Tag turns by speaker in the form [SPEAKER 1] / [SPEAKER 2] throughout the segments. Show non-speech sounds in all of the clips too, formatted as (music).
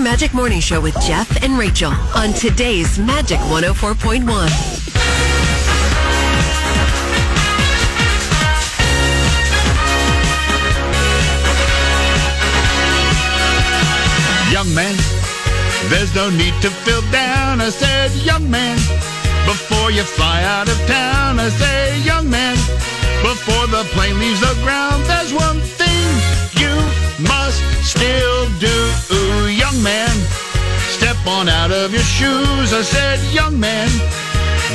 [SPEAKER 1] Magic Morning Show with Jeff and Rachel on today's Magic 104.1.
[SPEAKER 2] Young man, there's no need to feel down. I said, young man, before you fly out of town. I say, young man, before the plane leaves the ground. There's one thing you must still do. Young man, step on out of your shoes. I said, young man,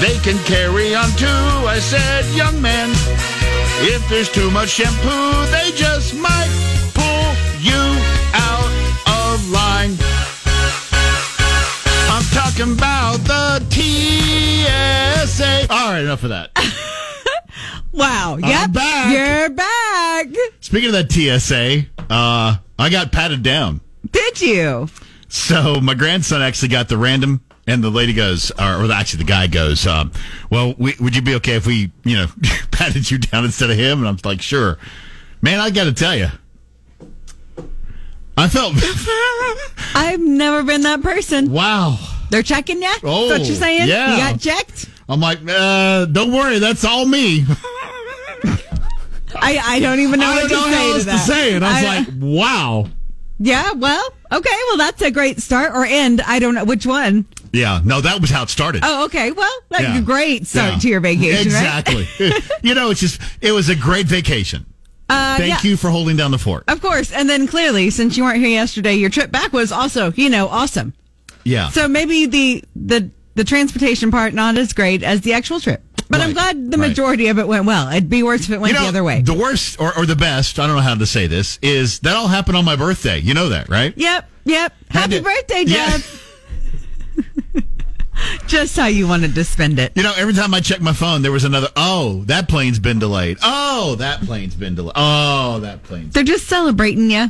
[SPEAKER 2] they can carry on too. I said, young man, if there's too much shampoo, they just might pull you out of line. I'm talking about the TSA. All right, enough of that.
[SPEAKER 3] Wow. Yep.
[SPEAKER 2] back.
[SPEAKER 3] You're back.
[SPEAKER 2] Speaking of that TSA, uh, I got patted down.
[SPEAKER 3] Did you?
[SPEAKER 2] So my grandson actually got the random, and the lady goes, or, or actually the guy goes, um, "Well, we, would you be okay if we, you know, (laughs) patted you down instead of him?" And I'm like, "Sure, man. I got to tell you, I felt (laughs)
[SPEAKER 3] I've never been that person.
[SPEAKER 2] wow.
[SPEAKER 3] They're checking you?
[SPEAKER 2] Oh,
[SPEAKER 3] That's what you're saying?
[SPEAKER 2] yeah.
[SPEAKER 3] You got checked?
[SPEAKER 2] I'm like, uh, don't worry, that's all me.
[SPEAKER 3] I, I don't even know
[SPEAKER 2] (laughs) I
[SPEAKER 3] what
[SPEAKER 2] don't know
[SPEAKER 3] to say
[SPEAKER 2] how else to
[SPEAKER 3] that.
[SPEAKER 2] say it. I was like, wow."
[SPEAKER 3] yeah, well, okay, well, that's a great start or end. I don't know which one.
[SPEAKER 2] Yeah, no, that was how it started.
[SPEAKER 3] Oh, okay, well, that's
[SPEAKER 2] Yeah.
[SPEAKER 3] a great start
[SPEAKER 2] Yeah.
[SPEAKER 3] to your vacation, right?
[SPEAKER 2] Exactly. (laughs) you know, it's just it was a great vacation.
[SPEAKER 3] Uh,
[SPEAKER 2] Thank
[SPEAKER 3] yeah, Oh,
[SPEAKER 2] you for holding down the fort.
[SPEAKER 3] Of course. And then clearly, since you weren't here yesterday, your trip back was also, you know, awesome.
[SPEAKER 2] Yeah.
[SPEAKER 3] So maybe the the the transportation part not as great as the actual trip. But I'm
[SPEAKER 2] Right,
[SPEAKER 3] glad the
[SPEAKER 2] right.
[SPEAKER 3] majority of it went well. It'd be worse if it went
[SPEAKER 2] you know,
[SPEAKER 3] the other way.
[SPEAKER 2] The worst or, or the best, I don't know how to say this, is that all happened on my birthday. You know that, right?
[SPEAKER 3] yep, yep.
[SPEAKER 2] Had
[SPEAKER 3] Happy
[SPEAKER 2] to-
[SPEAKER 3] birthday,
[SPEAKER 2] Yeah.
[SPEAKER 3] Jeff. Just how you wanted to spend it.
[SPEAKER 2] You know, every time I check my phone, there was another, oh, that plane's been delayed. Oh, that plane's been delayed. Oh, that plane's.
[SPEAKER 3] They're just celebrating you.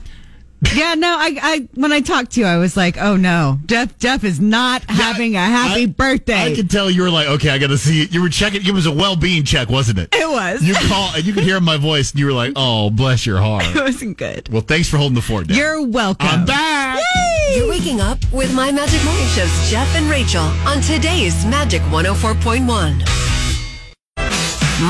[SPEAKER 3] Yeah, no, I, I when I talked to you, I was like, oh no, Jeff, Jeff is not having a happy
[SPEAKER 2] I-
[SPEAKER 3] birthday.
[SPEAKER 2] I could tell you were like, okay, I got to see it. You were checking, it was a well being check, wasn't it?
[SPEAKER 3] (laughs) it was.
[SPEAKER 2] You call, you could hear my voice, and you were like, oh, bless
[SPEAKER 3] (laughs)
[SPEAKER 2] your
[SPEAKER 3] it
[SPEAKER 2] heart.
[SPEAKER 3] wasn't good.
[SPEAKER 2] Well, thanks for holding the fort down.
[SPEAKER 3] You're welcome.
[SPEAKER 2] I'm back.
[SPEAKER 3] Yay!
[SPEAKER 1] You're waking up with My Magic Morning Show's Jeff and Rachel on today's Magic 104.1.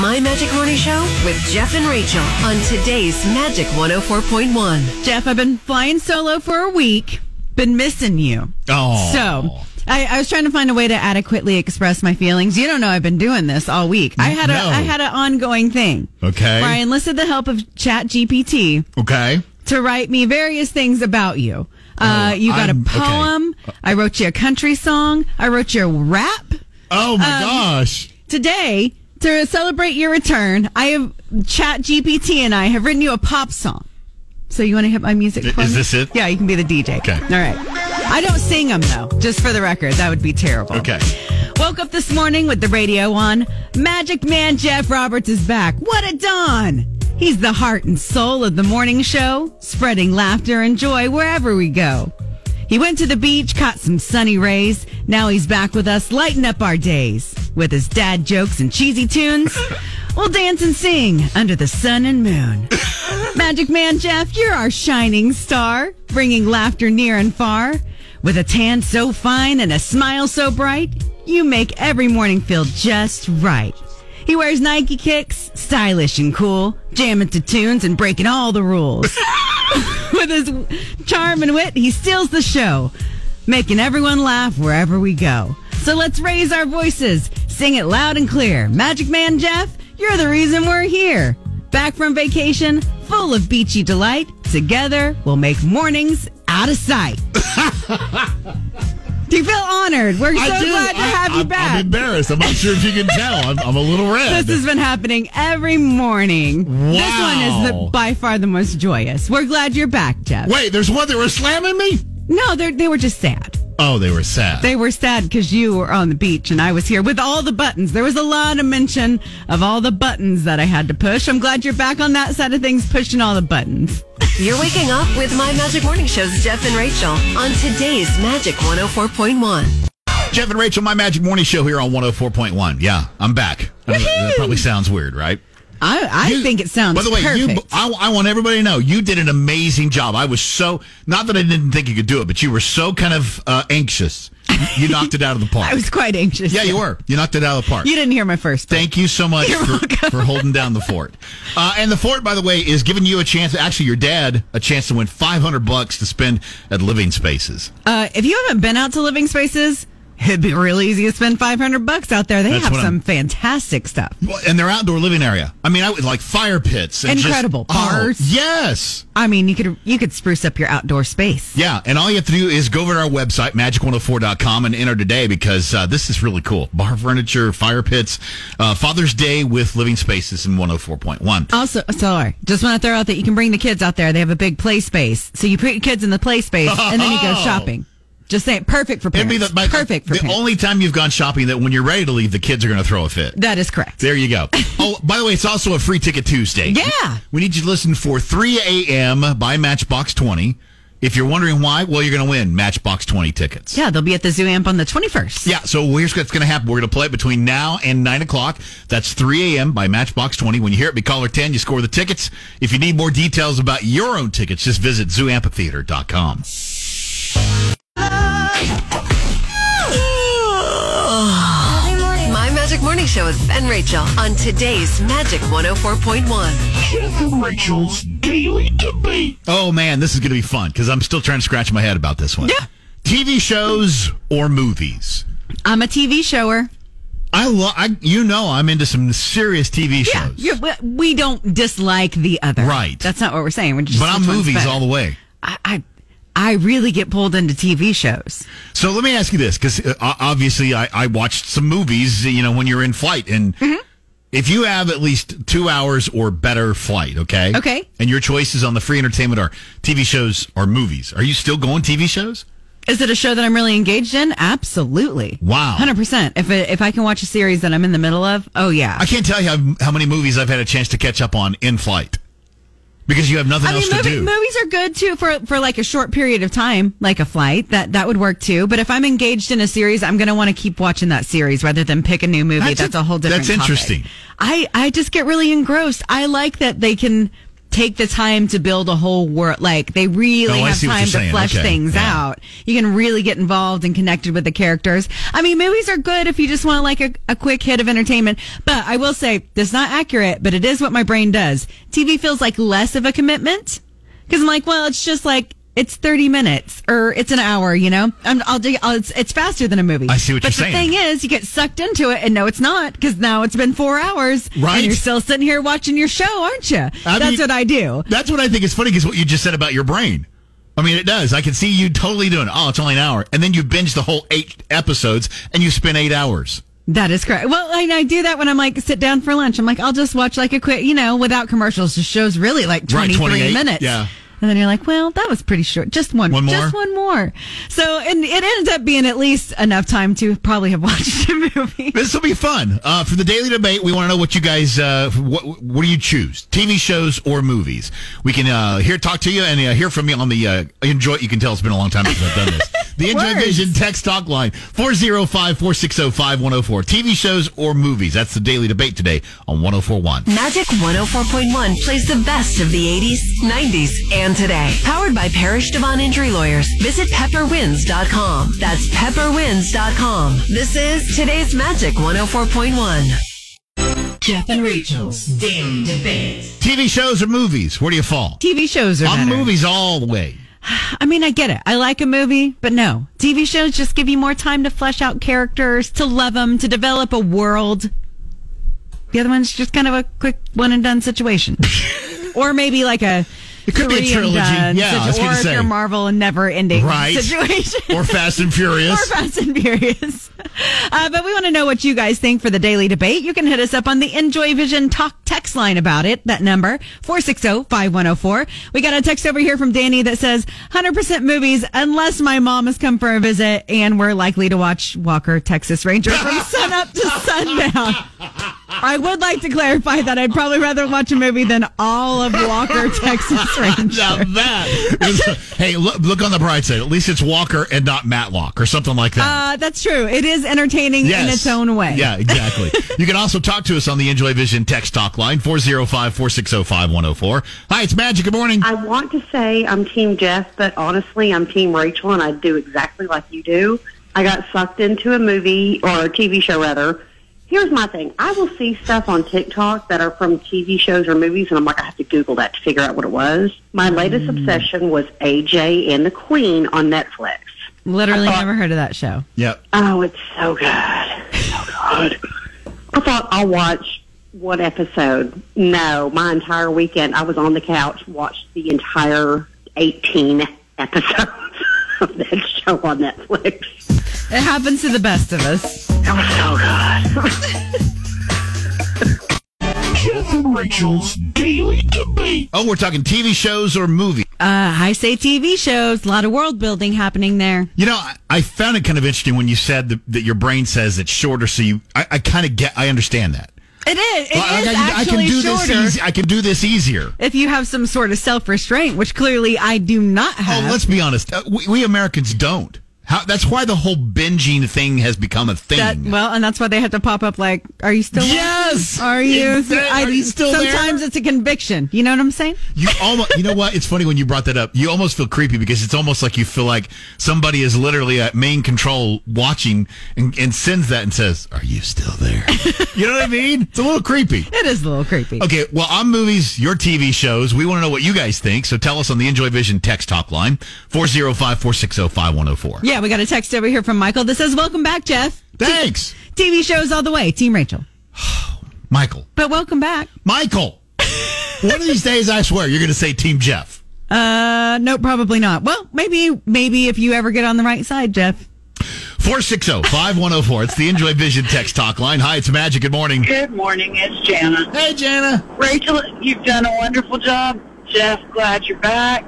[SPEAKER 1] My Magic Morning Show with Jeff and Rachel on today's Magic 104.1.
[SPEAKER 3] Jeff, I've been flying solo for a week. Been missing you.
[SPEAKER 2] Oh.
[SPEAKER 3] So I, I was trying to find a way to adequately express my feelings. You don't know I've been doing this all week. I had
[SPEAKER 2] No.
[SPEAKER 3] a I had an ongoing thing.
[SPEAKER 2] Okay.
[SPEAKER 3] Where I enlisted the help of Chat GPT
[SPEAKER 2] Okay.
[SPEAKER 3] to write me various things about you. Uh,
[SPEAKER 2] Oh,
[SPEAKER 3] you got
[SPEAKER 2] I'm-
[SPEAKER 3] a
[SPEAKER 2] okay.
[SPEAKER 3] poem. I wrote you a country song. I wrote you a rap.
[SPEAKER 2] Oh my
[SPEAKER 3] Um,
[SPEAKER 2] gosh.
[SPEAKER 3] Today, to celebrate your return, I have Chat GPT and I have written you a pop song. So you want to hit my music?
[SPEAKER 2] I-
[SPEAKER 3] for
[SPEAKER 2] is
[SPEAKER 3] me?
[SPEAKER 2] this it?
[SPEAKER 3] Yeah, you can be the DJ.
[SPEAKER 2] Okay.
[SPEAKER 3] All right. I don't sing them though. Just for the record, that would be terrible.
[SPEAKER 2] Okay.
[SPEAKER 3] Woke up this morning with the radio on. Magic Man Jeff Roberts is back. What a dawn! He's the heart and soul of the morning show, spreading laughter and joy wherever we go. He went to the beach, caught some sunny rays. Now he's back with us, lighting up our days with his dad jokes and cheesy tunes. we'll dance and sing under the sun and moon. Magic Man Jeff, you're our shining star, bringing laughter near and far. With a tan so fine and a smile so bright, you make every morning feel just right. He wears Nike kicks, stylish and cool, jamming to tunes and breaking all the rules. With his charm and wit, he steals the show, making everyone laugh wherever we go. So let's raise our voices, sing it loud and clear. Magic Man Jeff, you're the reason we're here. Back from vacation, full of beachy delight. Together, we'll make mornings out of sight. (laughs) do you feel honored? We're so glad to have you
[SPEAKER 2] I'm,
[SPEAKER 3] back.
[SPEAKER 2] I'm embarrassed. I'm not sure if you can tell. I'm, I'm a little red.
[SPEAKER 3] This has been happening every morning. This one is
[SPEAKER 2] Wow.
[SPEAKER 3] the, by far the most joyous. We're glad you're back, Jeff.
[SPEAKER 2] Wait, there's one that was slamming me?
[SPEAKER 3] No, they they were just sad.
[SPEAKER 2] Oh, they were sad.
[SPEAKER 3] They were sad because you were on the beach and I was here with all the buttons. There was a lot of mention of all the buttons that I had to push. I'm glad you're back on that side of things, pushing all the buttons.
[SPEAKER 1] You're waking up with My Magic Morning Show's Jeff and Rachel on today's Magic 104.1.
[SPEAKER 2] Jeff oh and Rachel, my Magic Morning Show here on 104.1. Yeah, I'm back. I know that- that probably sounds weird, right?
[SPEAKER 3] I, I
[SPEAKER 2] You-
[SPEAKER 3] think it sounds
[SPEAKER 2] By the way,
[SPEAKER 3] perfect.
[SPEAKER 2] you. I, I want everybody to know you did an amazing job. I was so not that I didn't think you could do it, but you were so kind of uh, anxious. You knocked it out of the park.
[SPEAKER 3] (laughs) (laughs) I was quite anxious.
[SPEAKER 2] yeah, you were. You knocked it out of the park.
[SPEAKER 3] You didn't hear my first. part.
[SPEAKER 2] Thank you so much
[SPEAKER 3] You're
[SPEAKER 2] for,
[SPEAKER 3] welcome.
[SPEAKER 2] for holding down the fort. Uh, and the fort, by the way, is giving you a chance. Actually, your dad a chance to win five hundred bucks to spend at Living Spaces.
[SPEAKER 3] Uh, if you haven't been out to Living Spaces, it'd be real easy to spend 500 bucks out there. They
[SPEAKER 2] That's
[SPEAKER 3] have
[SPEAKER 2] what
[SPEAKER 3] some
[SPEAKER 2] I'm-
[SPEAKER 3] fantastic stuff.
[SPEAKER 2] Well, and their outdoor living area. I mean, I would like fire pits. And just-
[SPEAKER 3] Incredible.
[SPEAKER 2] Oh,
[SPEAKER 3] Bars.
[SPEAKER 2] yes.
[SPEAKER 3] I mean, you could you could spruce up your outdoor space.
[SPEAKER 2] Yeah, and all you have to do is go over to our website, magic104.com, and enter today because uh, this is really cool. Bar furniture, fire pits, uh, Father's Day with Living Spaces in 104.1.
[SPEAKER 3] Also, sorry, just want to throw out that you can bring the kids out there. They have a big play space, so you put your kids in the play space and then you go
[SPEAKER 2] (laughs) Oh.
[SPEAKER 3] shopping. Just saying, perfect for parents.
[SPEAKER 2] my-
[SPEAKER 3] perfect for
[SPEAKER 2] the
[SPEAKER 3] parents.
[SPEAKER 2] only time you've gone shopping that when you're ready to leave, the kids are going to throw a fit.
[SPEAKER 3] that is correct.
[SPEAKER 2] There
[SPEAKER 3] (laughs)
[SPEAKER 2] you go. Oh, by the way, it's also a free ticket Tuesday.
[SPEAKER 3] Yeah.
[SPEAKER 2] We need you to listen for 3 a.m. by Matchbox 20. If you're wondering why, well, you're going to win Matchbox 20 tickets.
[SPEAKER 3] Yeah, they'll be at the zoo amp on the 21st.
[SPEAKER 2] Yeah, so here's what's going to happen. We're going to play it between now and 9 o'clock. That's 3 a.m. by Matchbox 20. When you hear it, be caller 10. You score the tickets. If you need more details about your own tickets, just visit zooamphitheater.com.
[SPEAKER 1] My Magic Morning Show with Ben Rachel on today's Magic 104.1.
[SPEAKER 4] Rachel's Daily Debate.
[SPEAKER 2] Oh, man, this is going to be fun because I'm still trying to scratch my head about this one.
[SPEAKER 3] Yeah.
[SPEAKER 2] TV shows or movies?
[SPEAKER 3] I'm a TV shower.
[SPEAKER 2] I love, I, you know, I'm into some serious TV
[SPEAKER 3] Yeah,
[SPEAKER 2] shows.
[SPEAKER 3] you're- we- we don't dislike the other.
[SPEAKER 2] Right.
[SPEAKER 3] That's not what we're saying. We're just
[SPEAKER 2] but I'm movies all the way.
[SPEAKER 3] I, I I really get pulled into TV shows.
[SPEAKER 2] So let me ask you this, because obviously I, I watched some movies, you know, when you're in flight. And
[SPEAKER 3] Mm-hmm.
[SPEAKER 2] if you have at least two hours or better flight, okay?
[SPEAKER 3] Okay.
[SPEAKER 2] And your choices on the free entertainment are TV shows or movies. Are you still going TV shows?
[SPEAKER 3] Is it a show that I'm really engaged in? Absolutely.
[SPEAKER 2] Wow.
[SPEAKER 3] Hundred percent. If it, if I can watch a series that I'm in the middle of, oh yeah.
[SPEAKER 2] I can't tell you how, how many movies I've had a chance to catch up on in flight because you have nothing
[SPEAKER 3] I
[SPEAKER 2] else
[SPEAKER 3] mean,
[SPEAKER 2] to
[SPEAKER 3] movie,
[SPEAKER 2] do.
[SPEAKER 3] movies are good too for for like a short period of time, like a flight. That that would work too. But if I'm engaged in a series, I'm going to want to keep watching that series rather than pick a new movie.
[SPEAKER 2] That's
[SPEAKER 3] That's,
[SPEAKER 2] a-
[SPEAKER 3] a, whole different.
[SPEAKER 2] that's interesting.
[SPEAKER 3] topic. I I just get really engrossed. I like that they can take the time to build a whole world. Like they really
[SPEAKER 2] Oh, I
[SPEAKER 3] have
[SPEAKER 2] see what
[SPEAKER 3] time
[SPEAKER 2] you're
[SPEAKER 3] to
[SPEAKER 2] saying.
[SPEAKER 3] flesh
[SPEAKER 2] Okay.
[SPEAKER 3] things
[SPEAKER 2] Yeah.
[SPEAKER 3] out. You can really get involved and connected with the characters. I mean, movies are good if you just want like a, a quick hit of entertainment. But I will say that's not accurate, but it is what my brain does. TV feels like less of a commitment because I'm like, well, it's just like. It's 30 minutes or it's an hour, you know? I'm, I'll, do- I'll, it's, it's faster than a movie.
[SPEAKER 2] I see what
[SPEAKER 3] but
[SPEAKER 2] you're
[SPEAKER 3] the
[SPEAKER 2] saying.
[SPEAKER 3] thing is, you get sucked into it and no, it's not because now it's been four hours.
[SPEAKER 2] Right.
[SPEAKER 3] And you're still sitting here watching your show, aren't you?
[SPEAKER 2] I
[SPEAKER 3] That's
[SPEAKER 2] mean-
[SPEAKER 3] what I do.
[SPEAKER 2] That's what I think is funny because what you just said about your brain. I mean, it does. I can see you totally doing. it. Oh, it's only an hour, and then you binge the whole eight episodes, and you spend eight hours.
[SPEAKER 3] That is correct. Well, and I do that when I'm like sit down for lunch. I'm like, I'll just watch like a quick, you know, without commercials. The show's really like
[SPEAKER 2] Right,
[SPEAKER 3] 23
[SPEAKER 2] 28,
[SPEAKER 3] minutes.
[SPEAKER 2] yeah.
[SPEAKER 3] And then you're like, well, that was pretty short. Just one,
[SPEAKER 2] One more?
[SPEAKER 3] just one more. So, and it ends up being at least enough time to probably have (laughs) watched a movie.
[SPEAKER 2] This will be fun uh, for the daily debate. We want to know what you guys uh, what what do you choose? TV shows or movies? We can uh, hear talk to you and uh, hear from you on the uh, enjoy. You can tell it's been a long time since I've done this. The Enjoy
[SPEAKER 3] Words.
[SPEAKER 2] Vision text talk line 405-460-5104. TV shows or movies? That's the daily debate today on 1041.
[SPEAKER 1] Magic 104.1 plays the best of the 80s, 90s, and today. Powered by Parish Devon Injury Lawyers. Visit pepperwins.com. That's pepperwins.com. This is today's Magic 104.1. Jeff and Rachel's Daily Debate.
[SPEAKER 2] TV shows or movies? Where do you fall?
[SPEAKER 3] TV shows are
[SPEAKER 2] I'm
[SPEAKER 3] better.
[SPEAKER 2] movies all the way.
[SPEAKER 3] I mean, I get it. I like a movie, but no. TV shows just give you more time to flesh out characters, to love them, to develop a world. The other one's just kind of a quick one and done
[SPEAKER 2] (laughs)
[SPEAKER 3] situation. or maybe like a
[SPEAKER 2] It could be a
[SPEAKER 3] three and
[SPEAKER 2] trilogy.
[SPEAKER 3] done
[SPEAKER 2] Yeah, I was
[SPEAKER 3] situ-
[SPEAKER 2] gonna
[SPEAKER 3] or if
[SPEAKER 2] say.
[SPEAKER 3] you're Marvel and never ending
[SPEAKER 2] Right.
[SPEAKER 3] situation.
[SPEAKER 2] Or Fast and Furious.
[SPEAKER 3] (laughs) Or Fast and Furious. (laughs) Uh, but we want to know what you guys think for the daily debate. You can hit us up on the Enjoy Vision Talk text line about it. That number, oh, 460-5104. We got a text over here from Danny that says, 100% movies unless my mom has come for a visit and we're likely to watch Walker, Texas Ranger
[SPEAKER 2] (laughs)
[SPEAKER 3] from sunup to sundown.
[SPEAKER 2] (laughs)
[SPEAKER 3] I would like to clarify that I'd probably rather watch a movie than all of Walker, Texas stranger.
[SPEAKER 2] Now that is, (laughs) hey, look, look on the bright side. At least it's Walker and not Matlock or something like that.
[SPEAKER 3] Uh, that's true. It is entertaining in its own way.
[SPEAKER 2] Yeah,
[SPEAKER 3] (laughs)
[SPEAKER 2] exactly. you can also talk to us on the Enjoy Vision text talk line 405-460-5104. Hi, it's Magic. Good morning.
[SPEAKER 5] I want to say I'm Team Jeff, but honestly, I'm Team Rachel, and I do exactly like you do. I got sucked into a movie or a TV show, rather. Here's my thing: I will see stuff on TikTok that are from TV shows or movies, and I'm like, I have to Google that to figure out what it was. My latest obsession was AJ and the Queen on Netflix.
[SPEAKER 3] Literally never heard of that show.
[SPEAKER 2] yeah.
[SPEAKER 5] Oh, it's so good, so good. I thought I'll watch one episode. No, my entire weekend I was on the couch, watched the entire eighteen episodes (laughs) of that show on Netflix.
[SPEAKER 3] It happens to the best of us. Uh,
[SPEAKER 5] It was so good.
[SPEAKER 4] Jeff and Rachel's Daily Debate.
[SPEAKER 2] Oh, we're talking TV shows or movies.
[SPEAKER 3] Uh, I say TV shows, a lot of world building happening there.
[SPEAKER 2] You know, I, I found it kind of interesting when you said that, that your brain says it's shorter. So you, I, I kind of get, I understand that.
[SPEAKER 3] It is. It is
[SPEAKER 2] Like, I, can- I
[SPEAKER 3] actually
[SPEAKER 2] can do
[SPEAKER 3] shorter.
[SPEAKER 2] this. Easy, I can do this easier.
[SPEAKER 3] if you have some sort of self restraint, which clearly I do not
[SPEAKER 2] Oh,
[SPEAKER 3] have.
[SPEAKER 2] let's be honest. Uh, we, we Americans don't. How, that's why the whole binging thing has become a thing.
[SPEAKER 3] that, well, and that's why they had to pop up like, "Are you still?
[SPEAKER 2] Yes!
[SPEAKER 3] Are you?
[SPEAKER 2] Is that- are you still there?
[SPEAKER 3] Sometimes it's a conviction. You know what I'm saying?
[SPEAKER 2] You almost, you know what? It's funny when you brought that up. You almost feel creepy because it's almost like you feel like somebody is literally at main control watching and, and sends that and says, "Are you still
[SPEAKER 3] (laughs)
[SPEAKER 2] there?" you know what I mean? It's a little creepy.
[SPEAKER 3] It is a little creepy.
[SPEAKER 2] Okay, well, on movies, your TV shows, we want to know what you guys think. So tell us on the Enjoy Vision text talk line 405-460-5104.
[SPEAKER 3] Yeah, we got a text over here from Michael that says, "Welcome back, Jeff.
[SPEAKER 2] Thanks,
[SPEAKER 3] TV shows all the way, Team Rachel.
[SPEAKER 2] Michael.
[SPEAKER 3] But welcome back.
[SPEAKER 2] Michael. one of these days, I swear, you're going to say Team Jeff.
[SPEAKER 3] Uh, no, probably not. Well, maybe, maybe if you ever get on the right side, Jeff.
[SPEAKER 2] oh, 460-5104. It's the Enjoy Vision text talk line. Hi, it's Magic. Good morning.
[SPEAKER 6] Good morning, it's Jana.
[SPEAKER 2] Hey, Jana.
[SPEAKER 6] Rachel, you've done a wonderful job. Jeff, glad you're back.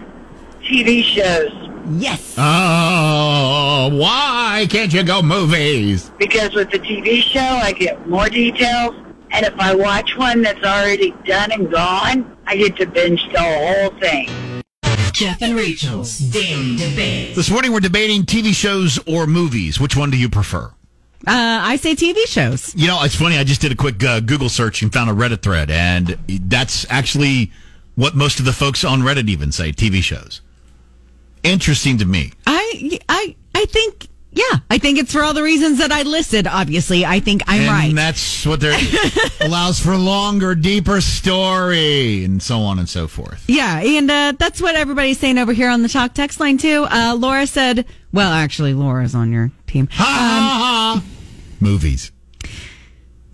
[SPEAKER 6] TV shows,
[SPEAKER 3] Yes.
[SPEAKER 2] Oh, why can't you go movies?
[SPEAKER 6] because with the TV show, I get more details. And if I watch one that's already done and gone, I get to binge the whole thing.
[SPEAKER 1] Jeff and Rachel's Daily Debate.
[SPEAKER 2] This morning we're debating TV shows or movies. Which one do you prefer?
[SPEAKER 3] Uh, I say TV shows.
[SPEAKER 2] You know, it's funny. I just did a quick uh, Google search and found a Reddit thread, and that's actually what most of the folks on Reddit even say TV shows. Interesting to me.
[SPEAKER 3] I, I, I think, yeah, I think it's for all the reasons that I listed. Obviously, I think I'm
[SPEAKER 2] and
[SPEAKER 3] right.
[SPEAKER 2] that's what there (laughs) allows for longer, deeper story, and so on and so forth.
[SPEAKER 3] Yeah, and uh, that's what everybody's saying over here on the talk text line too. Uh, Laura said, "Well, actually, Laura's on your team.
[SPEAKER 2] Ha ha ha! Movies.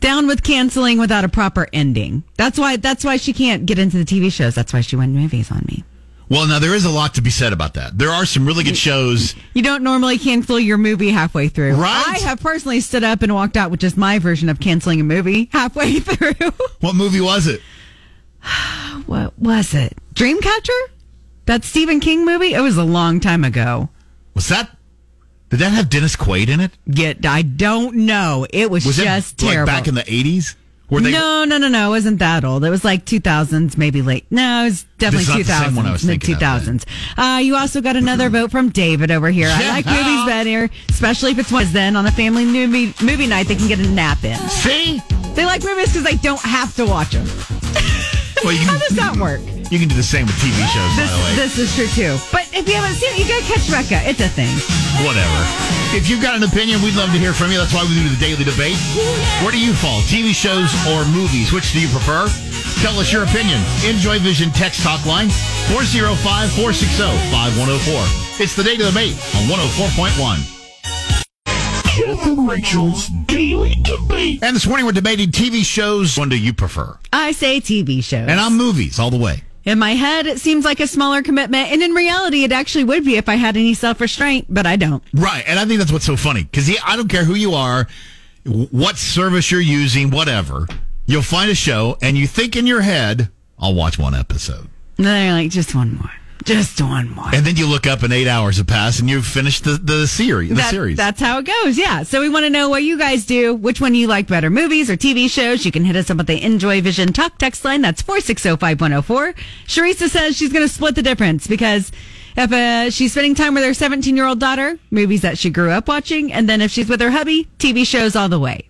[SPEAKER 3] Down with canceling without a proper ending. That's why. That's why she can't get into the TV shows. That's why she went movies on me.
[SPEAKER 2] Well, now there is a lot to be said about that. There are some really good shows.
[SPEAKER 3] You don't normally cancel your movie halfway through.
[SPEAKER 2] Right.
[SPEAKER 3] I have personally stood up and walked out with just my version of canceling a movie halfway (laughs) through.
[SPEAKER 2] What movie was it?
[SPEAKER 3] what was it? Dreamcatcher? That Stephen King movie? It was a long time ago.
[SPEAKER 2] Was that? Did that have Dennis Quaid in it?
[SPEAKER 3] Get I don't know. It was,
[SPEAKER 2] Was
[SPEAKER 3] just
[SPEAKER 2] it like
[SPEAKER 3] terrible.
[SPEAKER 2] back in the eighties? Were they?
[SPEAKER 3] no, no, no, no. It wasn't that old. It was like 2000s, maybe late. No, it was
[SPEAKER 2] This
[SPEAKER 3] definitely
[SPEAKER 2] is not the
[SPEAKER 3] 2000s.
[SPEAKER 2] same one I was
[SPEAKER 3] mid
[SPEAKER 2] thinking of,
[SPEAKER 3] 2000s. Uh, you also got
[SPEAKER 2] (laughs)
[SPEAKER 3] another vote from David over here. I
[SPEAKER 2] Yeah.
[SPEAKER 3] like movies better, especially if it's one. 'cause Then on a family movie movie night, they can get a nap in.
[SPEAKER 2] See,
[SPEAKER 3] They like movies because they don't have to watch them.
[SPEAKER 2] well, you
[SPEAKER 3] (laughs) How does that work?
[SPEAKER 2] You can do the same with TV shows, by the way.
[SPEAKER 3] This, this is true too. But if you haven't seen it, you gotta catch Becca. It's a thing.
[SPEAKER 2] Whatever. If you've got an opinion, we'd love to hear from you. That's why we do the daily debate. Where do you fall? TV shows or movies? Which do you prefer? Tell us your opinion. Enjoy Vision text talk line 405-460-5104. It's the daily debate on 104.1.
[SPEAKER 4] Jeff and Rachel's Daily Debate.
[SPEAKER 2] And this morning we're debating TV shows. One do you prefer?
[SPEAKER 3] I say TV shows.
[SPEAKER 2] And I'm movies all the way.
[SPEAKER 3] In my head, it seems like a smaller commitment, and in reality, it actually would be if I had any self restraint, but I don't.
[SPEAKER 2] Right, and I think that's what's so funny because I don't care who you are, w- what service you're using, whatever. You'll find a show, and you think in your head, "I'll watch one episode."
[SPEAKER 3] And then they're like, just one more. Just one more.
[SPEAKER 2] And then you look up and eight hours have passed and you've finished the, the series. The
[SPEAKER 3] That-
[SPEAKER 2] series.
[SPEAKER 3] That's how it goes. Yeah. So we want to know what you guys do, which one you like better, movies or TV shows. You can hit us up at the Enjoy Vision Talk text line. That's 4605104. Sharissa says she's going to split the difference because if uh, she's spending time with her 17 year old daughter, movies that she grew up watching. And then if she's with her hubby, TV shows all the way.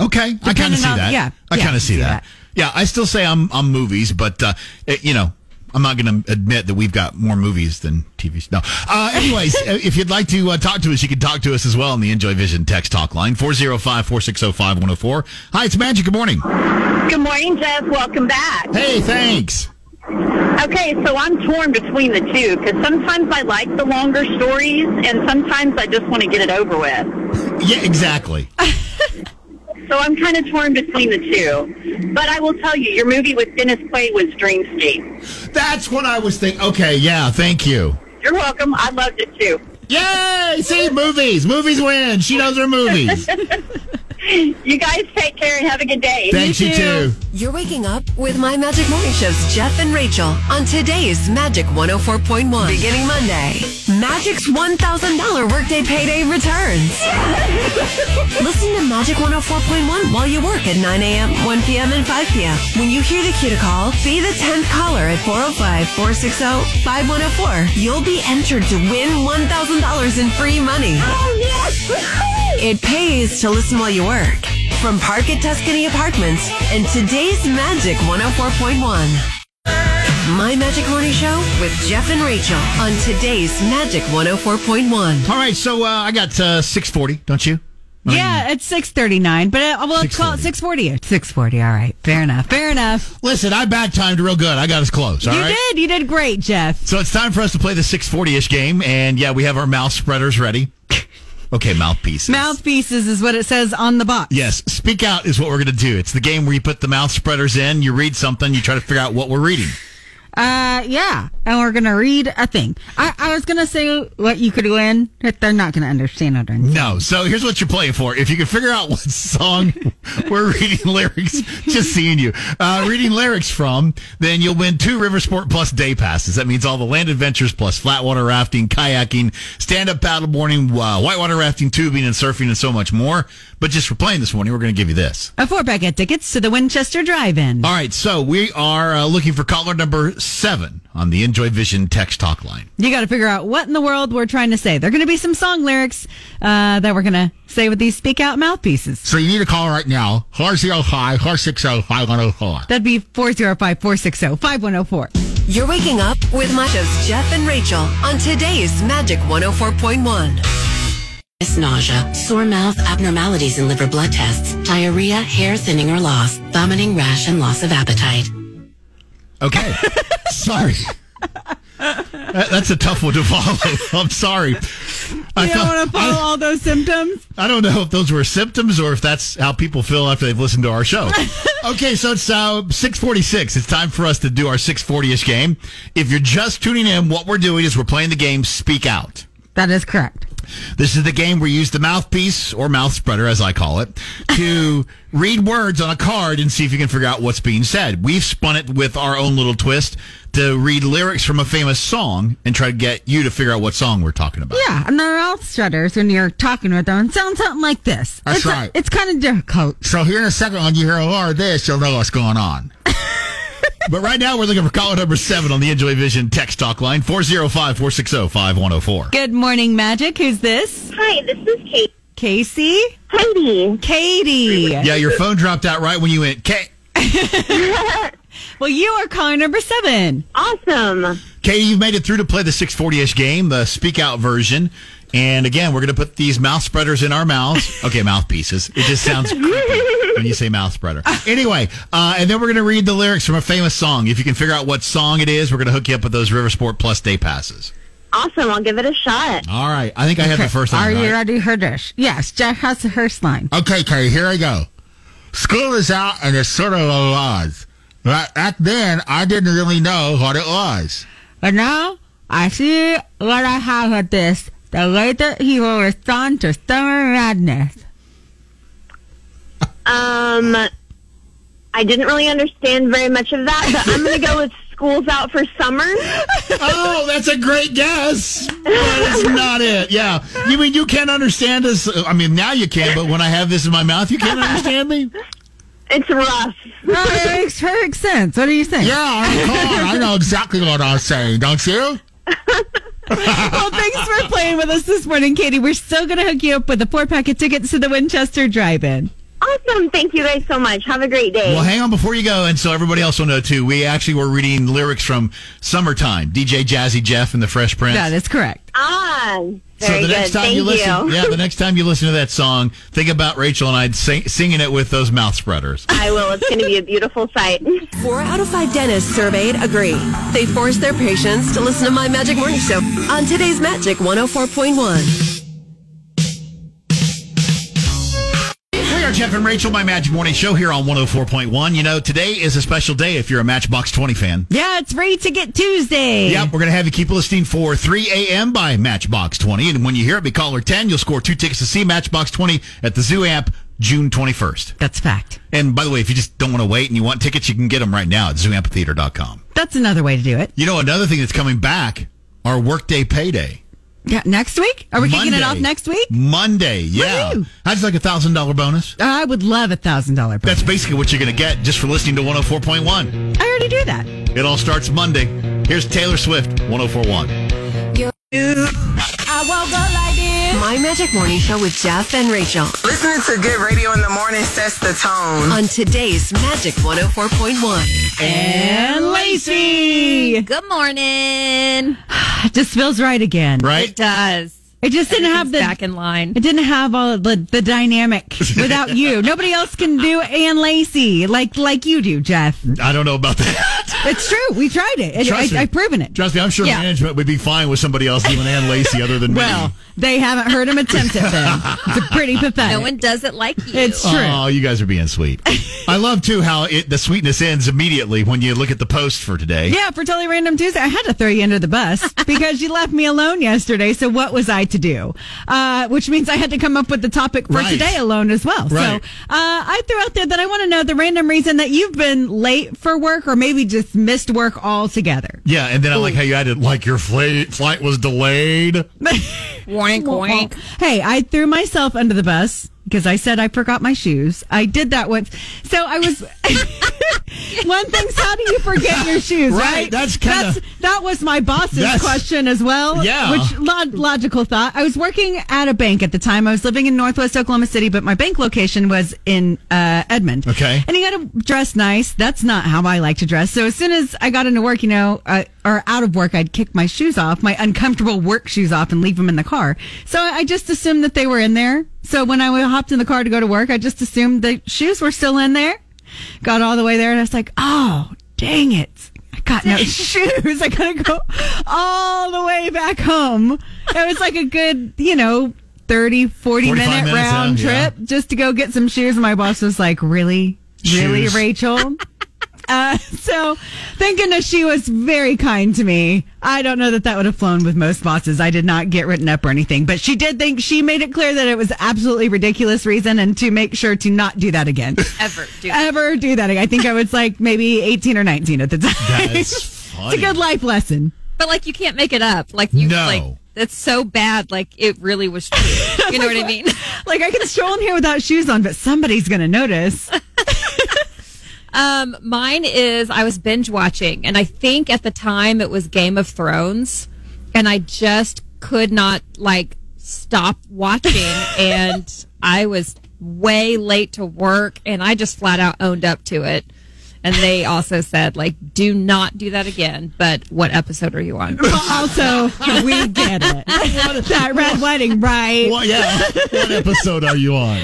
[SPEAKER 2] Okay, I kind
[SPEAKER 3] Depending
[SPEAKER 2] of see
[SPEAKER 3] on-
[SPEAKER 2] that.
[SPEAKER 3] yeah,
[SPEAKER 2] I
[SPEAKER 3] yeah,
[SPEAKER 2] kind of see, that. Yeah, I still say I'm I'm movies, but uh, it- you know. I'm not going to admit that we've got more movies than TVs. No. Uh,
[SPEAKER 3] (laughs)
[SPEAKER 2] anyways, uh, if you'd like to uh, talk to us, you can talk to us as well on the Enjoy Vision text talk line, 405-460-5104. Hi, it's Magic. Good morning.
[SPEAKER 6] Good morning, Jeff. Welcome back.
[SPEAKER 2] Hey, thanks.
[SPEAKER 6] Okay, so I'm torn between the two because sometimes I like the longer stories and sometimes I just want to get it over with.
[SPEAKER 2] Yeah, exactly.
[SPEAKER 3] (laughs)
[SPEAKER 6] So I'm kind of torn between the two. But I will tell you, your movie with Dennis Quaid was Dreamscape.
[SPEAKER 2] That's what I was thinking. Okay, yeah, thank you.
[SPEAKER 6] You're welcome. I loved it too.
[SPEAKER 2] Yay! See, movies. Movies win. She knows her movies.
[SPEAKER 6] You guys take care and have a good day.
[SPEAKER 2] Thanks, you too.
[SPEAKER 1] You're waking up with My Magic Morning Show's Jeff and Rachel on today's Magic 104.1. Beginning Monday, Magic's $1,000 workday payday returns. (laughs) Listen to Magic 104.1 while you work at 9 a.m., 1 p.m., and 5 p.m. When you hear the cue to call, be the 10th caller at 405-460-5104. You'll be entered to win $1,000 in free money. It pays to listen while you work. From Park at Tuscany Apartments and today's Magic 104.1. My Magic Morning Show with Jeff and Rachel on today's Magic 104.1.
[SPEAKER 2] All right, so uh, I got uh, 640, don't you? I mean,
[SPEAKER 3] yeah, it's 639, but uh, well, it's called 640. 640. All right. Fair enough. Fair enough.
[SPEAKER 2] Listen, I back timed real good. I got us close. All right.
[SPEAKER 3] you did. You did great, Jeff.
[SPEAKER 2] So it's time for us to play the 640-ish game, and yeah, we have our mouth spreaders ready. okay, mouthpieces.
[SPEAKER 3] Mouthpieces is what it says on the box.
[SPEAKER 2] Yes, speak out is what we're going to do. It's the game where you put the mouth spreaders in, you read something, you try to figure out what we're reading.
[SPEAKER 3] Uh, yeah. And we're gonna read a thing. I, I was gonna say what you could win, but they're not gonna understand what I'm.
[SPEAKER 2] No, so here's what you're playing for. If you can figure out what song (laughs) we're reading lyrics, just seeing you uh, reading lyrics from, then you'll win two river sport plus day passes. That means all the land adventures plus flat water rafting, kayaking, stand up paddleboarding, uh, whitewater rafting, tubing, and surfing, and so much more. But just for playing this morning, we're going to give you this.
[SPEAKER 3] A four pack of tickets to the Winchester Drive-In.
[SPEAKER 2] All right, so we are uh, looking for caller number seven on the Enjoy Vision text talk line.
[SPEAKER 3] You got to figure out what in the world we're trying to say. There are gonna be some song lyrics uh, that we're gonna say with these speak out mouthpieces.
[SPEAKER 2] So you need to call right now, 405 460 5104.
[SPEAKER 3] That'd be 405-460-5104.
[SPEAKER 1] You're waking up with my shows Jeff and Rachel on today's Magic 104.1.
[SPEAKER 7] It's nausea, sore mouth, abnormalities in liver blood tests, diarrhea, hair thinning or loss, vomiting, rash, and loss of appetite.
[SPEAKER 2] Okay. sorry. That- That's a tough one to follow. (laughs) I'm sorry. I,
[SPEAKER 3] You don't
[SPEAKER 2] thought-
[SPEAKER 3] want to follow
[SPEAKER 2] I,
[SPEAKER 3] all those symptoms.
[SPEAKER 2] I don't know if those were symptoms or if that's how people feel after they've listened to our show. okay, so it's uh, 646. It's time for us to do our 640-ish game. If you're just tuning in, what we're doing is we're playing the game Speak Out.
[SPEAKER 3] That is correct.
[SPEAKER 2] This is the game where you use the mouthpiece or mouth spreader, as I call it, to read words on a card and see if you can figure out what's being said. We've spun it with our own little twist to read lyrics from a famous song and try to get you to figure out what song we're talking about.
[SPEAKER 3] Yeah, and they're all strutters when you're talking with them. It sounds something like this.
[SPEAKER 2] That's
[SPEAKER 3] it's
[SPEAKER 2] right.
[SPEAKER 3] it's kind of difficult.
[SPEAKER 2] So here in a second, when you hear a lot of this, you'll know what's going on. but right now, we're looking for caller number seven on the Enjoy Vision text talk line 405 460 5104.
[SPEAKER 3] Good morning, Magic. Who's this?
[SPEAKER 8] Hi, this is Kate.
[SPEAKER 3] Casey?
[SPEAKER 8] Heidi.
[SPEAKER 3] Katie.
[SPEAKER 2] Yeah, your phone dropped out right when you went, K.
[SPEAKER 3] Well, you are caller number seven.
[SPEAKER 8] Awesome.
[SPEAKER 2] Katie, you've made it through to play the 640-ish game, the speak out version. And again, we're going to put these mouth spreaders in our
[SPEAKER 3] (laughs)
[SPEAKER 2] mouths. Okay, mouthpieces. It just sounds creepy when you say mouth
[SPEAKER 3] (laughs)
[SPEAKER 2] spreader. Anyway, uh, and then we're going to read the lyrics from a famous song. If you can figure out what song it is, we're going to hook you up with those River Sport Plus day passes.
[SPEAKER 8] Awesome. I'll give it a shot.
[SPEAKER 2] All right. I think I had the first
[SPEAKER 3] Are
[SPEAKER 2] line.
[SPEAKER 3] you
[SPEAKER 2] right?
[SPEAKER 3] ready for this? Yes, Jeff has the first line.
[SPEAKER 2] Okay, Katie, here I go. School is out and it's sort of a loss. But back then, I didn't really know what it was.
[SPEAKER 3] But now I see what I have at this. The later he will respond to summer madness.
[SPEAKER 2] (laughs)
[SPEAKER 8] Um, I didn't really understand very much of that, but I'm going to go with school's out for summer.
[SPEAKER 2] Oh, that's a great guess, but it's not it. Yeah, you mean you can't understand us? I mean, now you can, but when I have this in my mouth, you can't understand me.
[SPEAKER 8] It's rough.
[SPEAKER 3] No, it makes perfect sense. What do you think?
[SPEAKER 2] Yeah, I'm calm. I know exactly what I'm saying. Don't you?
[SPEAKER 3] Well, thanks for playing with us this morning, Katie. We're still going to hook you up with a four pack of tickets to the Winchester Drive In.
[SPEAKER 8] Awesome. Thank you guys so much. Have a great day.
[SPEAKER 2] Well, hang on before you go, and so everybody else will know too. We actually were reading lyrics from "Summertime," DJ Jazzy Jeff and the Fresh Prince.
[SPEAKER 3] That is correct.
[SPEAKER 8] ah,
[SPEAKER 2] so
[SPEAKER 8] very
[SPEAKER 2] the
[SPEAKER 8] good.
[SPEAKER 2] next time
[SPEAKER 8] Thank
[SPEAKER 2] you listen, (laughs) yeah, the next time you listen to that song, think about Rachel and I sing, singing it with those mouth spreaders.
[SPEAKER 8] I will. It's going to be a beautiful sight.
[SPEAKER 1] Four out of five dentists surveyed agree. They force their patients to listen to my Magic Morning Show on today's Magic 104.1.
[SPEAKER 2] We are Jeff and Rachel, my Magic Morning Show here on 104.1. You know, today is a special day if you're a Matchbox 20 fan.
[SPEAKER 3] Yeah, it's free ticket Tuesday.
[SPEAKER 2] Yep, we're going to have you keep listening for 3 a.m. by Matchbox 20. And when you hear it, be caller 10. You'll score two tickets to see Matchbox 20 at the Zoo Amp June 21st.
[SPEAKER 3] That's fact.
[SPEAKER 2] And by the way, if you just don't want to wait and you want tickets, you can get them right now at zooamphitheater.com.
[SPEAKER 3] That's another way to do it.
[SPEAKER 2] You know, another thing that's coming back, our workday payday.
[SPEAKER 3] Yeah, next week? Are we kicking it
[SPEAKER 2] Monday.
[SPEAKER 3] off next week?
[SPEAKER 2] Monday, yeah.
[SPEAKER 3] Woohoo.
[SPEAKER 2] How'd you like a $1,000 bonus?
[SPEAKER 3] I would love a thousand dollar
[SPEAKER 2] That's basically what you're going to get just for listening to 104.1.
[SPEAKER 3] I already do that.
[SPEAKER 2] It all starts Monday. Here's Taylor Swift, 1041.
[SPEAKER 1] My Magic Morning Show with Jeff and Rachel
[SPEAKER 9] Listening to good radio in the morning sets the tone.
[SPEAKER 1] on today's Magic 104.1.
[SPEAKER 3] And Lacey.
[SPEAKER 10] (laughs) Good morning.
[SPEAKER 3] It just feels right again.
[SPEAKER 2] Right?
[SPEAKER 10] Does
[SPEAKER 3] It just didn't have
[SPEAKER 10] have
[SPEAKER 3] the
[SPEAKER 10] back in line.
[SPEAKER 3] it didn't have all the, the
[SPEAKER 2] (laughs)
[SPEAKER 3] dynamic without you. Nobody else can do Ann Lacey like like you do, Jeff.
[SPEAKER 2] I don't know about that.
[SPEAKER 3] It's true. We tried it. It-
[SPEAKER 2] Trust
[SPEAKER 3] (laughs)
[SPEAKER 2] me.
[SPEAKER 3] I, I've proven it.
[SPEAKER 2] Trust me, I'm sure
[SPEAKER 3] Yeah.
[SPEAKER 2] management would be fine with somebody else doing Ann Lacey other than
[SPEAKER 3] Well,
[SPEAKER 2] me.
[SPEAKER 3] they haven't heard him attempt it. Then it's pretty pathetic.
[SPEAKER 10] No one does it like you.
[SPEAKER 3] it's true.
[SPEAKER 2] Oh, you guys are
[SPEAKER 3] (laughs)
[SPEAKER 2] being sweet. I love too how it, the sweetness ends immediately when you look at the post for today.
[SPEAKER 3] yeah, for totally random Tuesday, I had to throw you under the
[SPEAKER 10] (laughs)
[SPEAKER 3] bus because you left me alone yesterday. So what was I to do? Uh, which means I had to come up with the topic for
[SPEAKER 2] Right.
[SPEAKER 3] today alone as well. So uh,
[SPEAKER 2] Right.
[SPEAKER 3] I threw out there that I want to know the random reason that you've been late for work or maybe just missed work altogether.
[SPEAKER 2] Yeah, and then I like how you added like your flight flight was delayed.
[SPEAKER 10] Wink, wink.
[SPEAKER 3] Hey, I threw myself under the bus because I said I forgot my shoes. I did that once. So I was. (laughs) One thing's how do you forget
[SPEAKER 2] (laughs)
[SPEAKER 3] your shoes,
[SPEAKER 2] Right,
[SPEAKER 3] right?
[SPEAKER 2] that's kinda-
[SPEAKER 3] that was my boss's
[SPEAKER 2] That's-
[SPEAKER 3] question as well.
[SPEAKER 2] Yeah.
[SPEAKER 3] which lo- logical thought. I was working at a bank at the time. I was living in Northwest Oklahoma City, but my bank location was in uh, Edmond.
[SPEAKER 2] Okay.
[SPEAKER 3] and you got to dress nice. That's not how I like to dress. So as soon as I got into work, you know, uh, or out of work, I'd kick my shoes off, my uncomfortable work shoes off, and leave them in the car. So I just assumed that they were in there. So when I hopped in the car to go to work, I just assumed the shoes were still in there. Got all the way there, and I was like, oh, dang it. I got no shoes. I gotta go all the way back home. It was like a good, you know, 30, 40 minute
[SPEAKER 2] 45 minutes,
[SPEAKER 3] round
[SPEAKER 2] yeah, yeah.
[SPEAKER 3] trip just to go get some shoes. And my boss was like, really? Really,
[SPEAKER 2] Shoes.
[SPEAKER 3] Rachel? uh, so, thank goodness she was very kind to me. I don't know that that would have flown with most bosses. I did not get written up or anything, but she did think she made it clear that it was absolutely ridiculous reason and to make sure to not do that again.
[SPEAKER 10] Ever do
[SPEAKER 3] Ever do that again. I think I was like maybe 18 or 19 at the time.
[SPEAKER 2] That's
[SPEAKER 3] (laughs)
[SPEAKER 2] funny.
[SPEAKER 3] it's a good life lesson.
[SPEAKER 10] But like you can't make it up. Like you
[SPEAKER 2] No.
[SPEAKER 10] like that's so bad. Like it really was true. You know what I mean?
[SPEAKER 3] Like I can stroll in here without shoes on, but somebody's going to notice.
[SPEAKER 10] Um, mine is I was binge watching, and I think at the time it was Game of Thrones, and I just could not like stop watching, and I was way late to work, and I just flat out owned up to it. And they also said like, do not do that again. But what episode are you on?
[SPEAKER 3] also, we get it. that red wedding, right? (laughs)
[SPEAKER 2] Well, yeah. what episode are you on?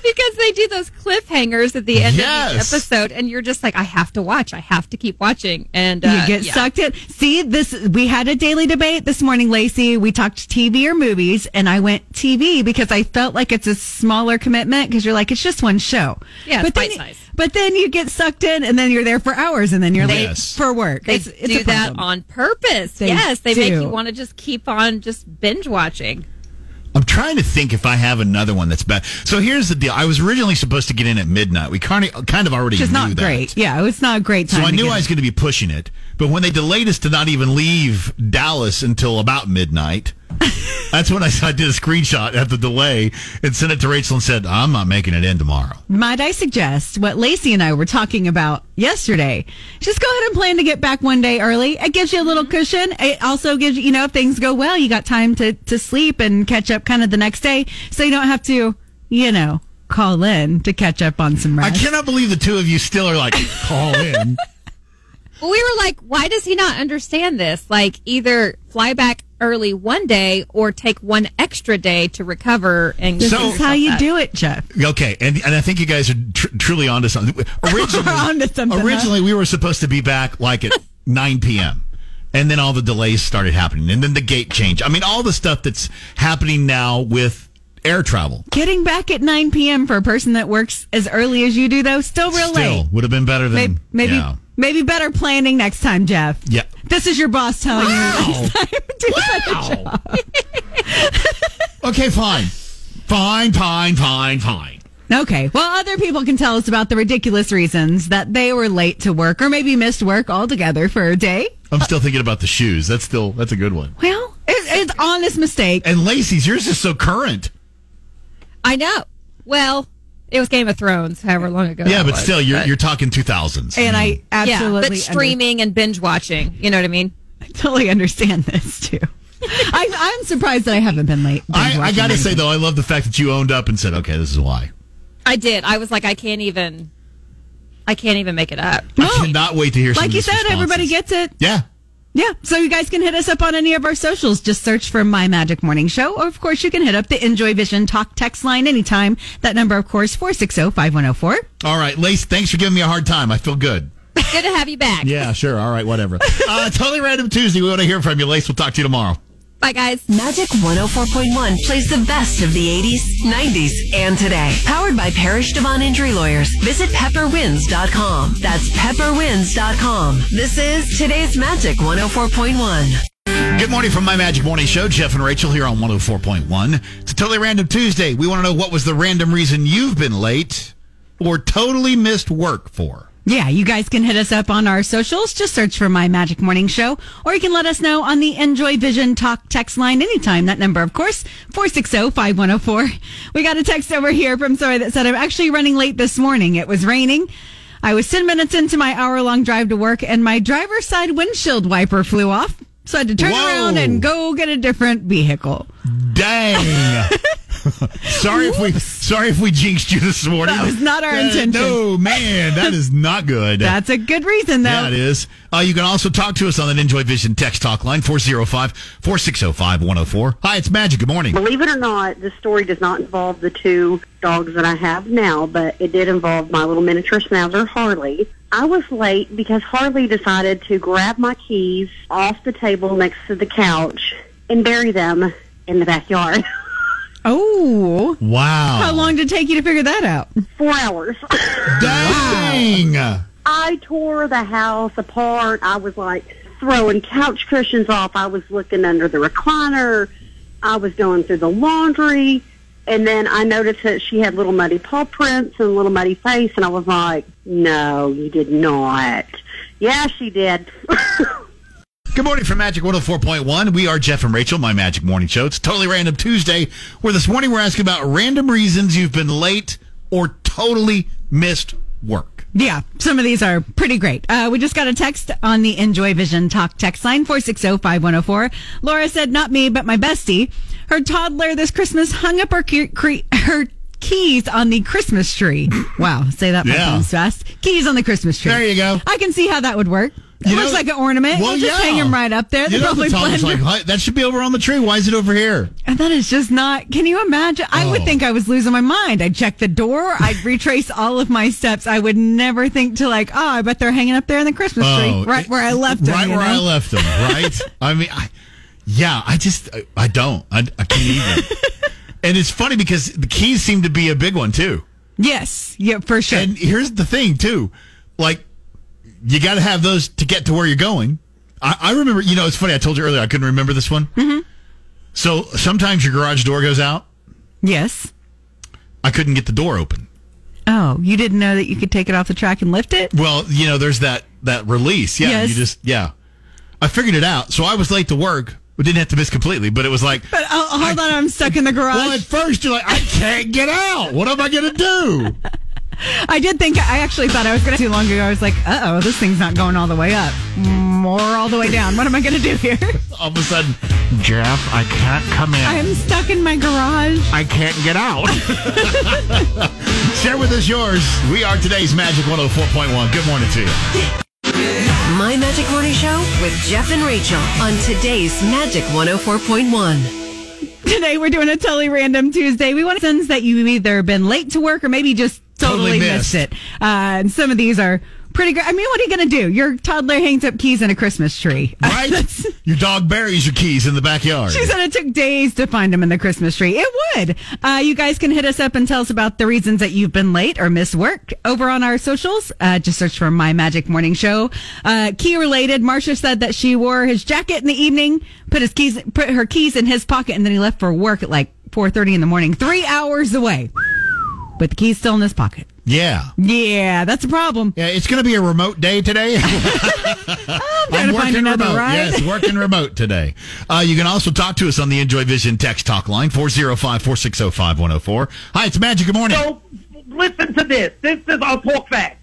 [SPEAKER 10] because they do those cliffhangers at the end of
[SPEAKER 2] Yes.
[SPEAKER 10] each episode, and you're just like, I have to watch. I have to keep watching, and uh,
[SPEAKER 3] You get
[SPEAKER 10] yeah.
[SPEAKER 3] sucked in. See, this we had a daily debate this morning, Lacey. We talked TV or movies, and I went TV because I felt like it's a smaller commitment because you're like it's just one show.
[SPEAKER 10] Yeah, it's
[SPEAKER 3] then,
[SPEAKER 10] bite-sized.
[SPEAKER 3] but then you get sucked in, and then you're there for hours, and then you're late
[SPEAKER 2] Yes.
[SPEAKER 3] for work.
[SPEAKER 10] They
[SPEAKER 3] it's, it's
[SPEAKER 10] do
[SPEAKER 3] a
[SPEAKER 10] that
[SPEAKER 3] problem.
[SPEAKER 10] on purpose.
[SPEAKER 3] They
[SPEAKER 10] yes, they make
[SPEAKER 3] do.
[SPEAKER 10] you want to just keep on just binge watching.
[SPEAKER 2] I'm trying to think if I have another one that's bad. So here's the deal. I was originally supposed to get in at midnight. We kind of, kind of already
[SPEAKER 3] Which is
[SPEAKER 2] knew
[SPEAKER 3] not
[SPEAKER 2] that.
[SPEAKER 3] great. Yeah, it's not a great time.
[SPEAKER 2] So I
[SPEAKER 3] to
[SPEAKER 2] knew
[SPEAKER 3] get
[SPEAKER 2] I was
[SPEAKER 3] up.
[SPEAKER 2] going to be pushing it, but when they delayed us to not even leave Dallas until
[SPEAKER 3] (laughs)
[SPEAKER 2] about midnight, that's when I, I did a screenshot at the delay and sent it to Rachel and said, "I'm not making it in tomorrow."
[SPEAKER 3] Might I suggest what Lacey and I were talking about yesterday? Just go ahead and plan to get back one day early. It gives you a
[SPEAKER 2] Mm-hmm.
[SPEAKER 3] little cushion. It also gives you, you know, if things go well, you got time to, to sleep and catch up kind of the next day. So you don't have to, you know, call in to catch up on some
[SPEAKER 2] I
[SPEAKER 3] rest.
[SPEAKER 2] cannot believe the two of you still are like
[SPEAKER 3] (laughs)
[SPEAKER 2] call in.
[SPEAKER 10] Well, we were like, why does he not understand this? Like, either fly back early one day or take one extra day to recover and
[SPEAKER 3] This
[SPEAKER 10] get
[SPEAKER 3] is how
[SPEAKER 10] yourself
[SPEAKER 3] you
[SPEAKER 10] up.
[SPEAKER 3] do it, Jeff.
[SPEAKER 2] Okay, and and I think you guys are tr- truly onto something. Originally,
[SPEAKER 3] We're onto something, huh?
[SPEAKER 2] originally we were supposed to be back like at (laughs) 9 p.m. And then all the delays started happening, and then the gate change. I mean, all the stuff that's happening now with air travel.
[SPEAKER 3] Getting back at 9 p.m. for a person that works as early as you do, though, still real late.
[SPEAKER 2] Still would have been better than
[SPEAKER 3] Maybe, maybe, (laughs)
[SPEAKER 2] Yeah.
[SPEAKER 3] maybe better planning next time, Jeff.
[SPEAKER 2] Yeah.
[SPEAKER 3] This is your boss telling you.
[SPEAKER 2] Wow.
[SPEAKER 3] next time to do better job.
[SPEAKER 2] (laughs) okay, fine, fine, fine, fine, fine.
[SPEAKER 3] Okay. Well, other people can tell us about the ridiculous reasons that they were late to work or maybe missed work altogether for a day.
[SPEAKER 2] I'm still thinking about the shoes. That's still that's a good one.
[SPEAKER 3] Well, it, it's honest mistake.
[SPEAKER 2] And Lacey's, yours is so current.
[SPEAKER 10] I know. Well, it was Game of Thrones, however long ago.
[SPEAKER 2] yeah,
[SPEAKER 10] that
[SPEAKER 2] but
[SPEAKER 10] was,
[SPEAKER 2] still, you're you're talking 2000s.
[SPEAKER 3] And I
[SPEAKER 10] yeah,
[SPEAKER 3] absolutely
[SPEAKER 10] but streaming and binge watching. You know what I mean?
[SPEAKER 3] under- totally understand this too. I, I'm surprised that I haven't been late.
[SPEAKER 2] I, I gotta
[SPEAKER 3] Binge-watching
[SPEAKER 2] say though, I love the fact that you owned up and said, "Okay, this is why."
[SPEAKER 10] I did. I was like, I can't even. I can't even make it up. (laughs)
[SPEAKER 2] I cannot wait to hear. some
[SPEAKER 3] Like
[SPEAKER 2] of
[SPEAKER 3] you
[SPEAKER 2] these
[SPEAKER 3] said, everybody
[SPEAKER 2] responses.
[SPEAKER 3] gets it.
[SPEAKER 2] Yeah.
[SPEAKER 3] Yeah. So you guys can hit us up on any of our socials. Just search for My Magic Morning Show. Or, of course, you can hit up the Enjoy Vision Talk text line anytime. That number, of course, 460 5104.
[SPEAKER 2] All right, Lace. Thanks for giving me a hard time. I feel good.
[SPEAKER 10] Good to have you back.
[SPEAKER 2] Yeah, sure. All right, whatever. (laughs) uh, totally random Tuesday. We want to hear from you, Lace. We'll talk to you tomorrow.
[SPEAKER 10] Bye, guys.
[SPEAKER 1] Magic 104.1 plays the best of the 80s, 90s, and today. Powered by Parish Devon Injury Lawyers. Visit pepperwins.com. That's pepperwins.com. This is today's Magic 104.1.
[SPEAKER 2] Good morning from my Magic Morning Show. Jeff and Rachel here on 104.1. It's a totally random Tuesday. We want to know what was the random reason you've been late or totally missed work for.
[SPEAKER 3] Yeah, you guys can hit us up on our socials. Just search for My Magic Morning Show, or you can let us know on the Enjoy Vision Talk text line anytime. That number, of course, oh, 460 5104. We got a text over here from Sorry that said, I'm actually running late this morning. It was raining. I was 10 minutes into my hour long drive to work, and my driver's side windshield wiper flew off. So I had to turn
[SPEAKER 2] Whoa.
[SPEAKER 3] around and go get a different vehicle.
[SPEAKER 2] Dang. (laughs) sorry if we sorry if we jinxed you this morning.
[SPEAKER 3] That was not our
[SPEAKER 2] Uh,
[SPEAKER 3] intention.
[SPEAKER 2] No, man, that is not
[SPEAKER 3] (laughs)
[SPEAKER 2] good.
[SPEAKER 3] That's a good reason, though.
[SPEAKER 2] Yeah, it is. Uh, you can also talk to us on that Enjoy Vision text talk line, 405 460 5104. Hi, it's Magic. Good morning.
[SPEAKER 5] Believe it or not, this story does not involve the two dogs that I have now, but it did involve my little miniature schnauzer, Harley. I was late because Harley decided to grab my keys off the table next to the couch and bury them in the backyard. (laughs)
[SPEAKER 3] Oh.
[SPEAKER 2] Wow.
[SPEAKER 3] How long did it take you to figure that out?
[SPEAKER 5] Four hours.
[SPEAKER 2] Dang.
[SPEAKER 5] I tore the house apart. I was like throwing couch cushions off. I was looking under the recliner. I was going through the laundry. And then I noticed that she had little muddy paw prints and a little muddy face. And I was like, no, you did not. Yeah, she did. (laughs)
[SPEAKER 2] Good morning from Magic 104.1. We are Jeff and Rachel, my Magic Morning Show. It's totally random Tuesday, where this morning we're asking about random reasons you've been late or totally missed work.
[SPEAKER 3] Yeah, some of these are pretty great. Uh, we just got a text on the Enjoy Vision Talk text line, oh, 460-5104. Laura said, not me, but my bestie. Her toddler this Christmas hung up her, ke- cre- her keys on the Christmas
[SPEAKER 2] (laughs)
[SPEAKER 3] tree. Wow, say that
[SPEAKER 2] Yeah.
[SPEAKER 3] yeah. fast. Keys on the Christmas tree.
[SPEAKER 2] There you go.
[SPEAKER 3] I can see how that would work. It
[SPEAKER 2] You
[SPEAKER 3] looks
[SPEAKER 2] know-
[SPEAKER 3] like an ornament. Well, just hang them right up there.
[SPEAKER 2] You
[SPEAKER 3] They're
[SPEAKER 2] know,
[SPEAKER 3] probably
[SPEAKER 2] the Tom's
[SPEAKER 3] blend-
[SPEAKER 2] like, "Why- that should be over on the tree. Why is it over here?
[SPEAKER 3] And that is just not. Can you imagine? I would
[SPEAKER 2] Oh.
[SPEAKER 3] think I was losing my mind. I'd check the door. I'd retrace all of my steps. I would never think to like, oh, I bet they're hanging up there in the Christmas
[SPEAKER 2] Oh,
[SPEAKER 3] tree, right
[SPEAKER 2] it-
[SPEAKER 3] where I left them.
[SPEAKER 2] Right
[SPEAKER 3] you
[SPEAKER 2] where I
[SPEAKER 3] know?
[SPEAKER 2] left them. Right. I mean, I, yeah. I just I, I don't. I, I can't even.
[SPEAKER 3] (laughs)
[SPEAKER 2] and it's funny because the keys seem to be a big one too.
[SPEAKER 3] Yes, yeah, for sure.
[SPEAKER 2] And here's the thing too, like you got to have those to get to where you're going. I, I remember. You know, it's funny. I told you earlier I couldn't remember this one. Mm-hmm. So sometimes your garage door goes out.
[SPEAKER 3] Yes.
[SPEAKER 2] I couldn't get the door open.
[SPEAKER 3] Oh, you didn't know that you could take it off the track and lift it?
[SPEAKER 2] Well, you know, there's that that release. Yeah,
[SPEAKER 3] Yes.
[SPEAKER 2] you just yeah. I figured it out. So I was late to work. but didn't have to miss completely, but it was like
[SPEAKER 3] But oh, hold on, I'm stuck in the garage.
[SPEAKER 2] well, at first you're like, I can't get out. What am I gonna do?
[SPEAKER 3] I did think I actually thought I was going to too long ago. I was like, "Uh oh, this thing's not going all the way up, Mm, or all the way down. What am I going to do here? (laughs)
[SPEAKER 2] All of a sudden, Jeff, I can't come in.
[SPEAKER 3] I'm stuck in my garage."
[SPEAKER 2] I can't get out. (laughs) Share with us yours. We are today's Magic 104.1. Good morning to you.
[SPEAKER 1] My Magic Morning Show with Jeff and Rachel on today's Magic 104.1.
[SPEAKER 3] Today we're doing a totally random Tuesday. We want to sense that you've either been late to work or maybe just totally,
[SPEAKER 2] Totally missed.
[SPEAKER 3] missed. it. Uh, and some of these are pretty good. I mean, what are you going to do? Your toddler hangs up keys in a Christmas tree.
[SPEAKER 11] (laughs)
[SPEAKER 2] Right? your dog buries your keys in the backyard.
[SPEAKER 3] She said it took days to find them in the Christmas tree. It would. Uh, you guys can hit us up and tell us about the reasons that you've been late or missed work over on our socials. Uh, just search for My Magic Morning Show. Uh, key related, Marsha said that she wore his jacket in the evening, put his keys, put her keys in his pocket, and then he left for work at like 4.30 in the morning, three hours away. But the keys still in his pocket.
[SPEAKER 2] yeah.
[SPEAKER 3] Yeah, that's a problem.
[SPEAKER 2] Yeah, it's going to be a remote day today. (laughs)
[SPEAKER 3] trying to find another
[SPEAKER 2] remote.
[SPEAKER 3] ride.
[SPEAKER 2] Yes, working remote today. Uh, you can also talk to us on the Enjoy Vision text talk line 405-460-5104. Hi, it's Magic. Good morning.
[SPEAKER 11] So listen to this. This is I'll talk fast.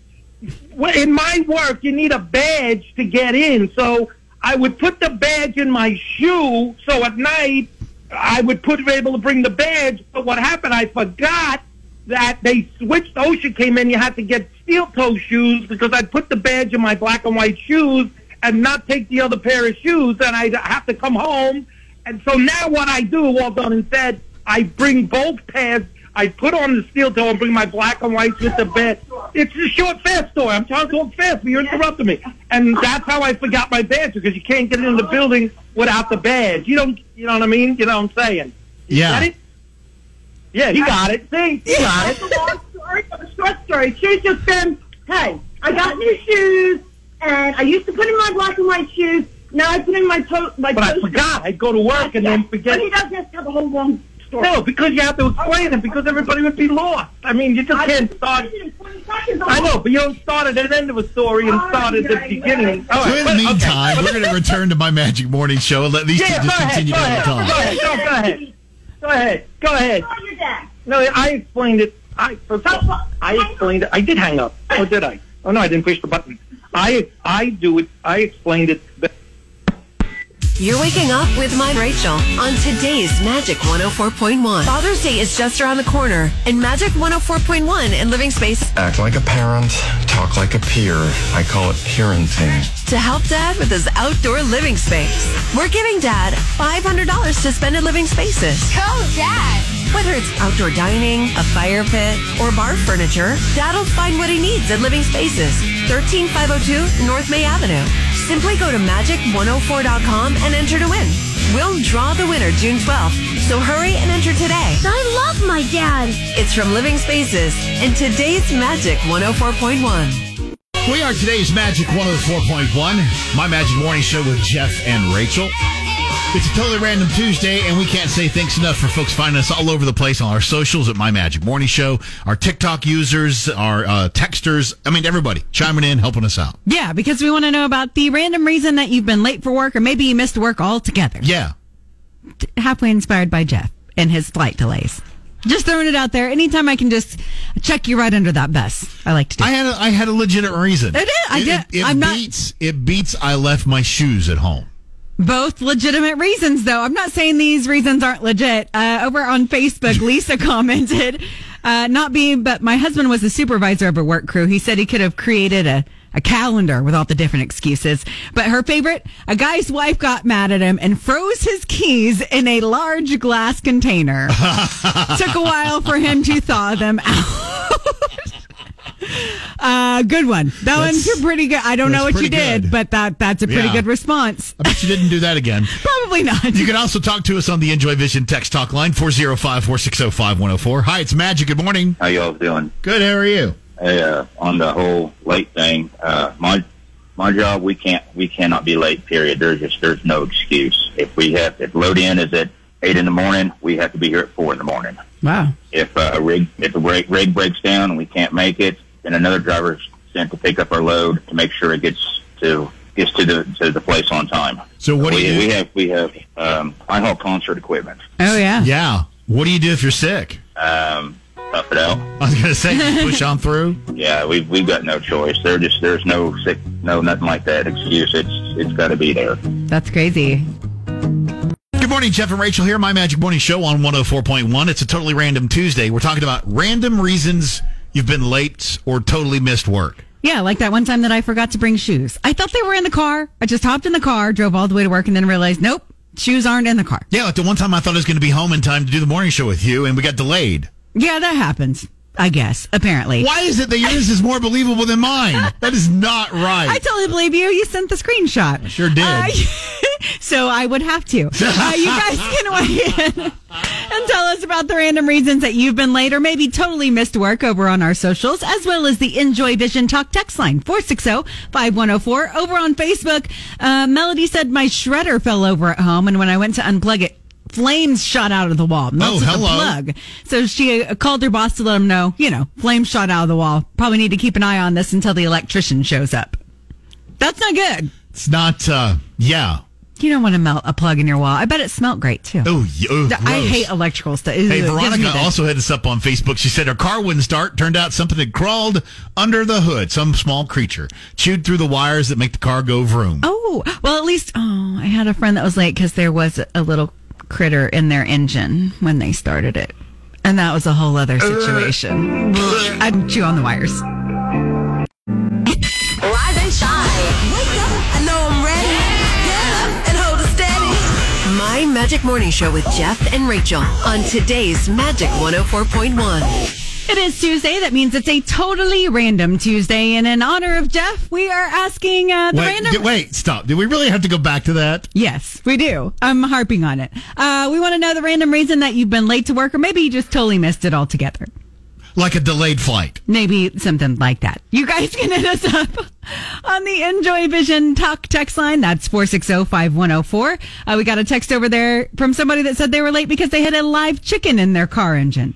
[SPEAKER 11] Well, In my work, you need a badge to get in. So I would put the badge in my shoe. So at night, I would put be able to bring the badge. But what happened? I forgot that they switched. OSHA came in. You had to get steel toe shoes because I'd put the badge in my black and white shoes and not take the other pair of shoes. And I'd have to come home and so now what I do, all done and said, I bring both pairs. I put on the steel toe and bring my black and whites with the bed. It's a short, fast story. I'm trying to talk fast, but you're interrupting me. And that's how I forgot my badge because you can't get into the building without the badge. You don't, you know what I mean? You know what I'm saying? You
[SPEAKER 2] Yeah.
[SPEAKER 11] Got it? Yeah, he got it. See, he got it.
[SPEAKER 5] long story, a short story. She just been, hey, I got new shoes, and I used to put in my black and white shoes. Now I put in my toe, my
[SPEAKER 11] But I
[SPEAKER 5] toe shoes.
[SPEAKER 11] forgot. I go to work and then forget.
[SPEAKER 5] But he doesn't have to have a whole long story.
[SPEAKER 11] No, because you have to explain it because everybody would be lost. I mean, you just can't start. I know, but you don't start at the end of a story and start at the beginning. Oh, All
[SPEAKER 2] So
[SPEAKER 11] right,
[SPEAKER 2] in the
[SPEAKER 11] but- okay.
[SPEAKER 2] meantime, we're going to return to my Magic Morning Show and let these
[SPEAKER 11] Yeah,
[SPEAKER 2] two
[SPEAKER 11] go
[SPEAKER 2] just
[SPEAKER 11] ahead,
[SPEAKER 2] continue
[SPEAKER 11] go
[SPEAKER 2] to
[SPEAKER 11] ahead,
[SPEAKER 2] have
[SPEAKER 11] go
[SPEAKER 2] a time.
[SPEAKER 11] ahead, no, go ahead, go ahead, go ahead. No, I explained it. I first of all, I explained it. I did hang up. Oh, did I? Oh no, I didn't push the button. I I do it. I explained it. But
[SPEAKER 1] You're waking up with my Rachel on today's Magic 104.1. Father's Day is just around the corner, and Magic 104.1 and Living Space
[SPEAKER 12] Act like a parent, talk like a peer. I call it hearing thing.
[SPEAKER 1] to help Dad with his outdoor living space. We're giving Dad $500 to spend at Living Spaces. Go, Dad! Whether it's outdoor dining, a fire pit, or bar furniture, Dad'll find what he needs at Living Spaces. 13502 North May Avenue. Simply go to magic104.com and enter to win. We'll draw the winner June 12th, so hurry and enter today. I love my dad. It's from Living Spaces and today's Magic 104.1.
[SPEAKER 2] We are today's Magic 104.1, my Magic Morning Show with Jeff and Rachel. It's a totally random Tuesday, and we can't say thanks enough for folks finding us all over the place on our socials at My Magic Morning Show, our TikTok users, our uh, texters. I mean, everybody chiming in, helping us out.
[SPEAKER 3] Yeah, because we want to know about the random reason that you've been late for work or maybe you missed work altogether.
[SPEAKER 2] Yeah.
[SPEAKER 3] halfway inspired by Jeff and his flight delays. Just throwing it out there. Anytime I can just chuck you right under that bus, I like to do.
[SPEAKER 2] I had a, I had a legitimate reason.
[SPEAKER 3] It is. I did-
[SPEAKER 2] It, it
[SPEAKER 3] I'm not-
[SPEAKER 2] beats. It beats. I left my shoes at home.
[SPEAKER 3] Both legitimate reasons, though. I'm not saying these reasons aren't legit. Uh, over on Facebook, Lisa (laughs) commented, uh, not being, but my husband was a supervisor of a work crew. He said he could have created a, a calendar with all the different excuses. But her favorite, a guy's wife got mad at him and froze his keys in a large glass
[SPEAKER 2] (laughs)
[SPEAKER 3] container. Took a while for him to thaw them out. (laughs) Uh, good one. That
[SPEAKER 2] That's-
[SPEAKER 3] one's pretty good. I don't know
[SPEAKER 2] that's
[SPEAKER 3] what you
[SPEAKER 2] pretty
[SPEAKER 3] did,
[SPEAKER 2] good.
[SPEAKER 3] but that that's a pretty
[SPEAKER 2] Yeah.
[SPEAKER 3] good response.
[SPEAKER 2] I bet you didn't do that again.
[SPEAKER 3] Probably not.
[SPEAKER 2] You can also talk to us on the Enjoy Vision text talk line 405-460-5104. Hi, it's Magic. Good morning.
[SPEAKER 13] How y'all doing?
[SPEAKER 2] Good. How are you?
[SPEAKER 13] Hey, uh, on the whole late thing, uh, my my job, we can't we cannot be late. Period. There's just there's no excuse. If we have if load in is at eight in the morning. We have to be here at four in the morning.
[SPEAKER 3] Wow.
[SPEAKER 13] If uh, a rig if the rig, rig breaks down and we can't make it, then another driver's sent to pick up our load to make sure it gets to gets to the to the place on time.
[SPEAKER 2] So what
[SPEAKER 13] we,
[SPEAKER 2] do you do?
[SPEAKER 13] we have we have um, I haul concert equipment.
[SPEAKER 3] Oh yeah.
[SPEAKER 2] Yeah. What do you do if you're sick?
[SPEAKER 13] Um, tough it out.
[SPEAKER 2] I was gonna
[SPEAKER 3] (laughs)
[SPEAKER 2] say just push on through.
[SPEAKER 13] Yeah, we've we've got no choice. There just there's no sick no nothing like that excuse. It's it's got to be there.
[SPEAKER 3] That's crazy.
[SPEAKER 2] Good morning, Jeff and Rachel here, my Magic Morning Show on 104.1. It's a totally random Tuesday. We're talking about random reasons you've been late or totally missed work.
[SPEAKER 3] Yeah, like that one time that I forgot to bring shoes. I thought they were in the car. I just hopped in the car, drove all the way to work, and then realized, nope, shoes aren't in the car.
[SPEAKER 2] Yeah, like the one time I thought I was going to be home in time to do the morning show with you, and we got delayed.
[SPEAKER 3] Yeah, that happens. I guess, apparently.
[SPEAKER 2] Why is it that yours is more believable than mine? That is not right.
[SPEAKER 3] I totally believe you. You sent the screenshot.
[SPEAKER 2] sure did.
[SPEAKER 3] Uh, (laughs) so I would have
[SPEAKER 2] (laughs)
[SPEAKER 3] to. Uh, you guys can weigh in and tell us about the random reasons that you've been late or maybe totally missed work over on our socials, as well as the Enjoy Vision Talk text line oh, 460-5104 over on Facebook. Uh, Melody said my shredder fell over at home, and when I went to unplug it, flames shot out of the wall. Melted the
[SPEAKER 2] Oh, hello.
[SPEAKER 3] plug. So she uh, called her boss to let him know, you know, flames shot out of the wall. Probably need to keep an eye on this until the electrician shows up. That's not good.
[SPEAKER 2] It's not, uh, yeah.
[SPEAKER 3] You don't want to melt a plug in your wall. I bet it smelled great too.
[SPEAKER 2] Oh, oh
[SPEAKER 3] I
[SPEAKER 2] gross.
[SPEAKER 3] hate electrical stuff.
[SPEAKER 2] Hey, Veronica also hit us up on Facebook. She said her car wouldn't start. Turned out something had crawled under the hood. Some small creature chewed through the wires that make the car go vroom.
[SPEAKER 3] Oh, well, at least oh, I had a friend that was late because there was a little critter in their engine when they started it, and that was a whole other situation. I'd chew on the wires.
[SPEAKER 1] Rise and shine. Wake up. I know I'm ready. Get up and hold it steady. My Magic Morning Show with Jeff and Rachel on today's Magic 104.1.
[SPEAKER 3] It is Tuesday. That means it's a totally random Tuesday, and in honor of Jeff, we are asking uh, the
[SPEAKER 2] wait,
[SPEAKER 3] random.
[SPEAKER 2] d- wait, stop. Do we really have to go back to that?
[SPEAKER 3] Yes, we do. I'm harping on it. Uh, we want to know the random reason that you've been late to work, or maybe you just totally missed it altogether.
[SPEAKER 2] Like a delayed flight.
[SPEAKER 3] Maybe something like that. You guys can hit us up on the Enjoy Vision Talk text line. That's oh, 460-5104. Uh, we got a text over there from somebody that said they were late because they had a live chicken in their car engine.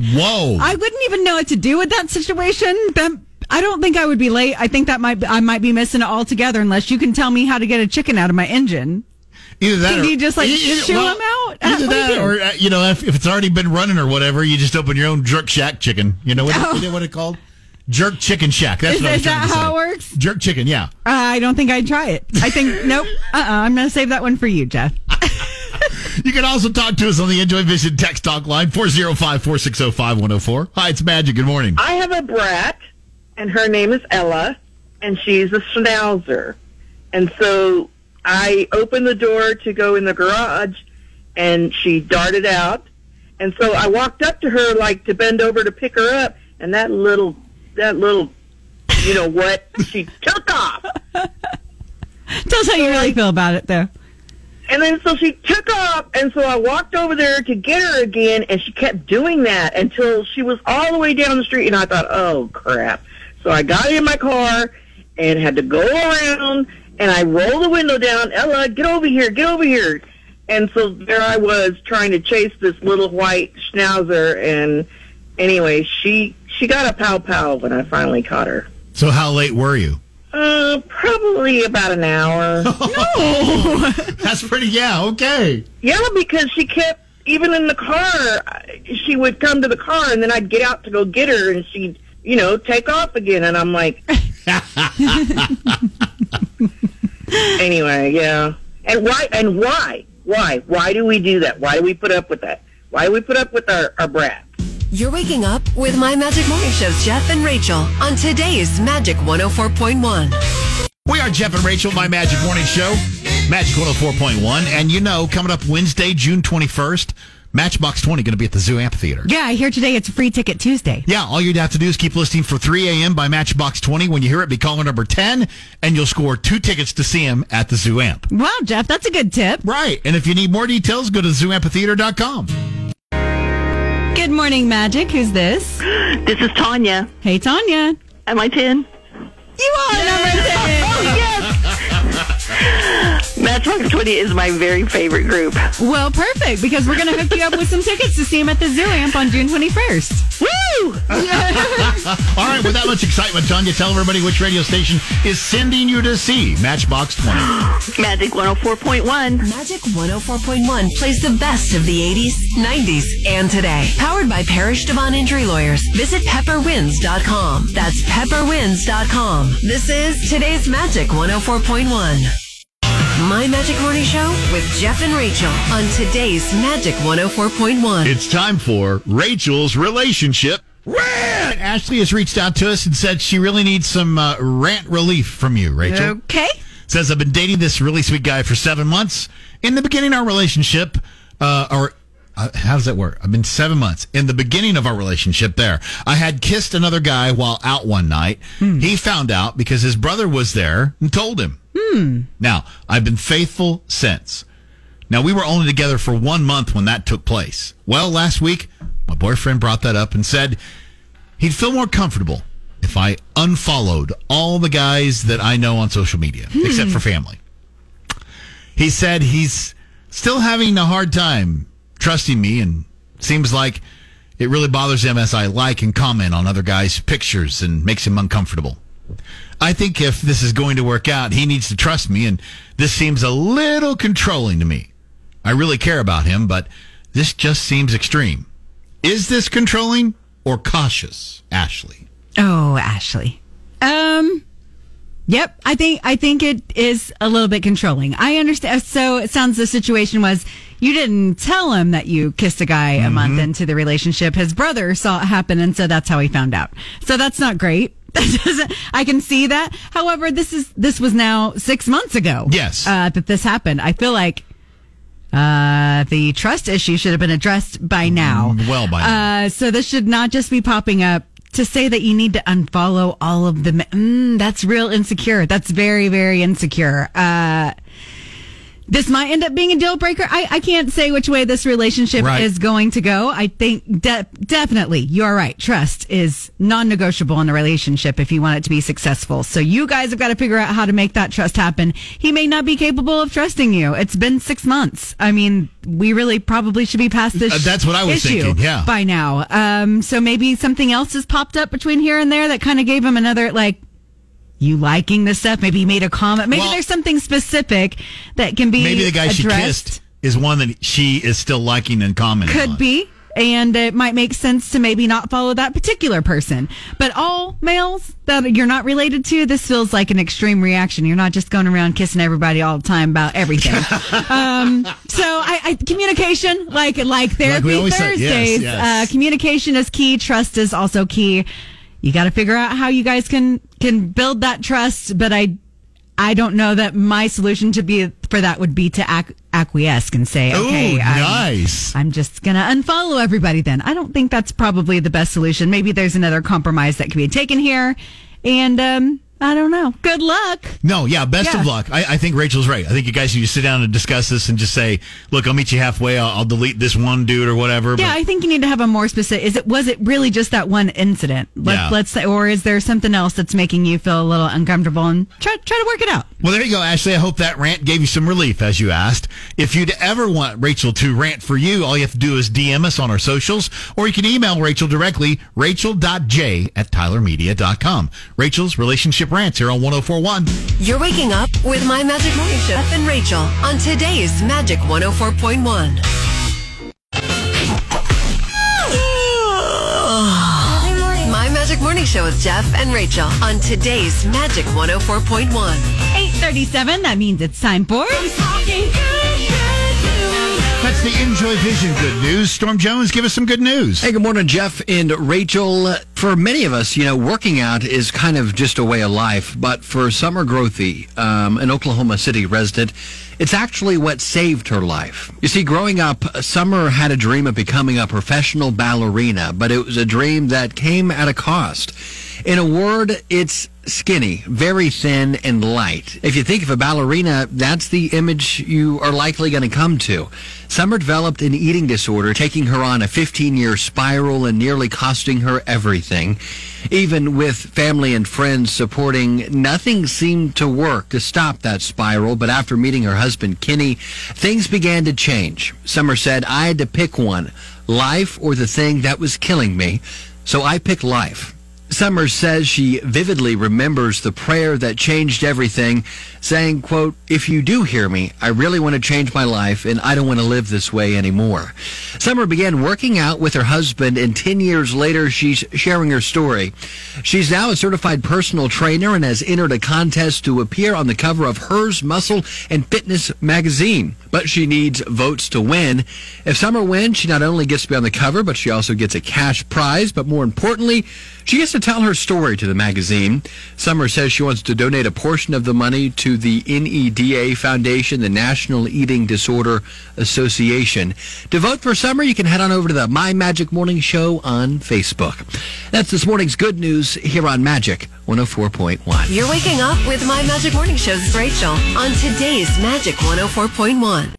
[SPEAKER 2] Whoa.
[SPEAKER 3] I wouldn't even know what to do with that situation. That I don't think I would be late. I think that might be, I might be missing it altogether unless you can tell me how to get a chicken out of my engine.
[SPEAKER 2] Either that,
[SPEAKER 3] Can
[SPEAKER 2] or,
[SPEAKER 3] you just, like,
[SPEAKER 2] e- e-
[SPEAKER 3] shoo
[SPEAKER 2] well,
[SPEAKER 3] 'em out? Uh,
[SPEAKER 2] Either
[SPEAKER 3] what do you
[SPEAKER 2] that,
[SPEAKER 3] do?
[SPEAKER 2] or uh, you know, if, if it's already been running or whatever, you just open your own jerk shack chicken. You know what,
[SPEAKER 3] Oh.
[SPEAKER 2] you know what it called? Jerk chicken shack. That's
[SPEAKER 3] Is-
[SPEAKER 2] what I was
[SPEAKER 3] is
[SPEAKER 2] trying
[SPEAKER 3] that
[SPEAKER 2] to say.
[SPEAKER 3] how it works? Uh,
[SPEAKER 2] Jerk chicken. Yeah.
[SPEAKER 3] I don't think I'd try it. I think (laughs) nope. Uh, uh-uh, I'm going to save that one for you, Jeff.
[SPEAKER 2] You can also talk to us on the Enjoy Vision text talk line 405-460-5104. Hi, it's Magic. Good morning.
[SPEAKER 14] I have a brat, and her name is Ella, and she's a schnauzer. And so I opened the door to go in the garage, and she darted out. And so I walked up to her, like to bend over to pick her up, and that little, that little, you know what? She took off.
[SPEAKER 3] Tell us how you really feel about it, though.
[SPEAKER 14] And then so she took off, and so I walked over there to get her again, and she kept doing that until she was all the way down the street, and I thought, oh crap. So I got in my car and had to go around, and I rolled the window down. Ella, get over here, get over here. And so there I was trying to chase this little white schnauzer, and anyway, she she got a pow pow when I finally caught her.
[SPEAKER 2] So how late were you?
[SPEAKER 14] Uh, probably about an hour.
[SPEAKER 2] no. That's pretty. Yeah. Okay.
[SPEAKER 14] Yeah, because she kept even in the car. I- She would come to the car, and then I'd get out to go get her, and she'd you know take off again, and I'm like. anyway, yeah. And why? And why? Why? Why do we do that? Why do we put up with that? Why do we put up with our, our brat?
[SPEAKER 1] You're waking up with My Magic Morning Show's Jeff and Rachel on today's Magic 104.1.
[SPEAKER 2] We are Jeff and Rachel, my Magic Morning Show, Magic 104.1. And you know, coming up Wednesday, June 21st, Matchbox 20 going to be at the Zoo Amphitheater.
[SPEAKER 3] Yeah, I hear today it's Free Ticket Tuesday.
[SPEAKER 2] Yeah, all you'd have to do is keep listening for 3 a.m. by Matchbox 20. When you hear it, be caller number 10, and you'll score two tickets to see him at the Zoo Amp.
[SPEAKER 3] Wow, Jeff, that's a good tip.
[SPEAKER 2] Right. And if you need more details, go to zooamphitheater.com.
[SPEAKER 3] Good morning, Magic. Who's this?
[SPEAKER 15] This is Tanya.
[SPEAKER 3] Hey, Tanya.
[SPEAKER 15] Am I 10?
[SPEAKER 3] (laughs) You are number 10.
[SPEAKER 15] Yes. Magic
[SPEAKER 14] Matchbox 20 is my very favorite group.
[SPEAKER 3] Well, perfect, because we're going to hook you up with some tickets to see him at the Zoo Amp on June 21st.
[SPEAKER 14] Woo!
[SPEAKER 2] All right, with that much excitement, Tanya, tell everybody which radio station is sending you to see Matchbox 20.
[SPEAKER 14] Magic 104.1.
[SPEAKER 1] Magic 104.1 plays the best of the 80s, 90s, and today. Powered by Parish Devon Injury Lawyers. Visit pepperwins.com. That's pepperwins.com. This is today's Magic 104.1. My Magic Morning Show with Jeff and Rachel on today's Magic 104.1.
[SPEAKER 2] It's time for Rachel's relationship. Rant! Ashley has reached out to us and said she really needs some uh, rant relief from you, Rachel.
[SPEAKER 3] (laughs) Okay.
[SPEAKER 2] Says, I've been dating this really sweet guy for seven months. In the beginning, our relationship, uh, or uh, how does that work? I've been seven months. In the beginning of our relationship, there, I had kissed another guy while out one night. He found out because his brother was there and told him. Now, I've been faithful since. Now, we were only together for one month when that took place. Well, last week, my boyfriend brought that up and said he'd feel more comfortable if I unfollowed all the guys that I know on social media,
[SPEAKER 16] Hmm.
[SPEAKER 2] except for family. He said he's still having a hard time trusting me and seems like it really bothers him as I like and comment on other guys' pictures and makes him uncomfortable. I think if this is going to work out, he needs to trust me, and this seems a little controlling to me. I really care about him, but this just seems extreme. Is this controlling or cautious, Ashley?
[SPEAKER 3] Oh, Ashley. Um. Yep, I think I think it is a little bit controlling. I understand. So it sounds the situation was you didn't tell him that you kissed a guy a month into the relationship. His brother saw it happen, and so that's how he found out. So that's not great. (laughs) That doesn't. I can see that. However, this is this was now six months ago.
[SPEAKER 2] Yes,
[SPEAKER 3] uh, that this happened. I feel like uh, the trust issue should have been addressed by now.
[SPEAKER 2] Well, by
[SPEAKER 3] uh, so this should not just be popping up to say that you need to unfollow all of them. Mm, that's real insecure. That's very, very insecure. Uh, this might end up being a deal breaker. I, I can't say which way this relationship
[SPEAKER 17] Right.
[SPEAKER 3] is going to go. I think de- definitely you're right. Trust is non negotiable in a relationship if you want it to be successful. So you guys have got to figure out how to make that trust happen. He may not be capable of trusting you. It's been six months. I mean, we really probably should be past this.
[SPEAKER 2] Uh, that's what I was
[SPEAKER 3] issue
[SPEAKER 2] thinking, yeah.
[SPEAKER 3] By now. Um, so maybe something else has popped up between here and there that kind of gave him another, like, you liking this stuff. Maybe he made a comment. Maybe there's something specific that can be
[SPEAKER 2] Maybe the guy she
[SPEAKER 3] addressed.
[SPEAKER 2] kissed is one that she is still liking and commenting
[SPEAKER 3] Could
[SPEAKER 2] on.
[SPEAKER 3] be. And it might make sense to maybe not follow that particular person. But all males that you're not related to, this feels like an extreme reaction. You're not just going around kissing everybody all the time about everything. um, so I, I communication, like like therapy
[SPEAKER 16] always say, yes,
[SPEAKER 3] Thursdays,
[SPEAKER 16] yes.
[SPEAKER 3] Uh, communication is key. Trust is also key. You got to figure out how you guys can can build that trust. But I I don't know that my solution to be for that would be to ac- acquiesce and say,
[SPEAKER 2] Ooh,
[SPEAKER 3] okay, I'm-
[SPEAKER 2] nice.
[SPEAKER 3] I'm just going to unfollow everybody then. I don't think that's probably the best solution. Maybe there's another compromise that can be taken here. And um, I don't know. Good luck.
[SPEAKER 2] No, yeah, best of
[SPEAKER 3] Yeah.
[SPEAKER 2] luck. I, I think Rachel's right. I think you guys need to sit down and discuss this and just say, look, I'll meet you halfway. I'll, I'll delete this one dude or whatever.
[SPEAKER 3] Yeah, I think you need to have a more specific. Is it was it really just that one incident? Let,
[SPEAKER 2] Yeah.
[SPEAKER 3] Let's say, or is there something else that's making you feel a little uncomfortable and try try to work it out.
[SPEAKER 2] Well, there you go, Ashley. I hope that rant gave you some relief, as you asked. If you'd ever want Rachel to rant for you, all you have to do is DM us on our socials, or you can email Rachel directly, rachel.j at tylermedia.com. Rachel's Relationship Rants here on 1041.
[SPEAKER 1] You're waking up with My Magic Morning Show, Jeff and Rachel, on today's Magic 104.1. My Magic Morning Show with Jeff and Rachel on today's Magic 104.1.
[SPEAKER 3] 837, that means it's time for.
[SPEAKER 2] That's the Enjoy Vision good news. Storm Jones, give us some good news.
[SPEAKER 18] Hey, good morning, Jeff and Rachel. For many of us, you know, working out is kind of just a way of life. But for Summer Grothy, um, an Oklahoma City resident, it's actually what saved her life. You see, growing up, Summer had a dream of becoming a professional ballerina, but it was a dream that came at a cost. In a word, it's skinny, very thin and light. If you think of a ballerina, that's the image you are likely going to come to. Summer developed an eating disorder, taking her on a 15 year spiral and nearly costing her everything. Even with family and friends supporting, nothing seemed to work to stop that spiral. But after meeting her husband, Kenny, things began to change. Summer said, I had to pick one life or the thing that was killing me. So I picked life. Summers says she vividly remembers the prayer that changed everything, saying, quote, If you do hear me, I really want to change my life and I don't want to live this way anymore. Summer began working out with her husband and 10 years later she's sharing her story. She's now a certified personal trainer and has entered a contest to appear on the cover of Hers Muscle and Fitness magazine. But she needs votes to win. If Summer wins, she not only gets to be on the cover, but she also gets a cash prize. But more importantly, she gets to tell her story to the magazine. Summer says she wants to donate a portion of the money to the NEDA Foundation, the National Eating Disorder Association. To vote for Summer, you can head on over to the My Magic Morning Show on Facebook. That's this morning's good news here on Magic 104.1.
[SPEAKER 1] You're waking up with My Magic Morning Show's Rachel on today's Magic 104.1.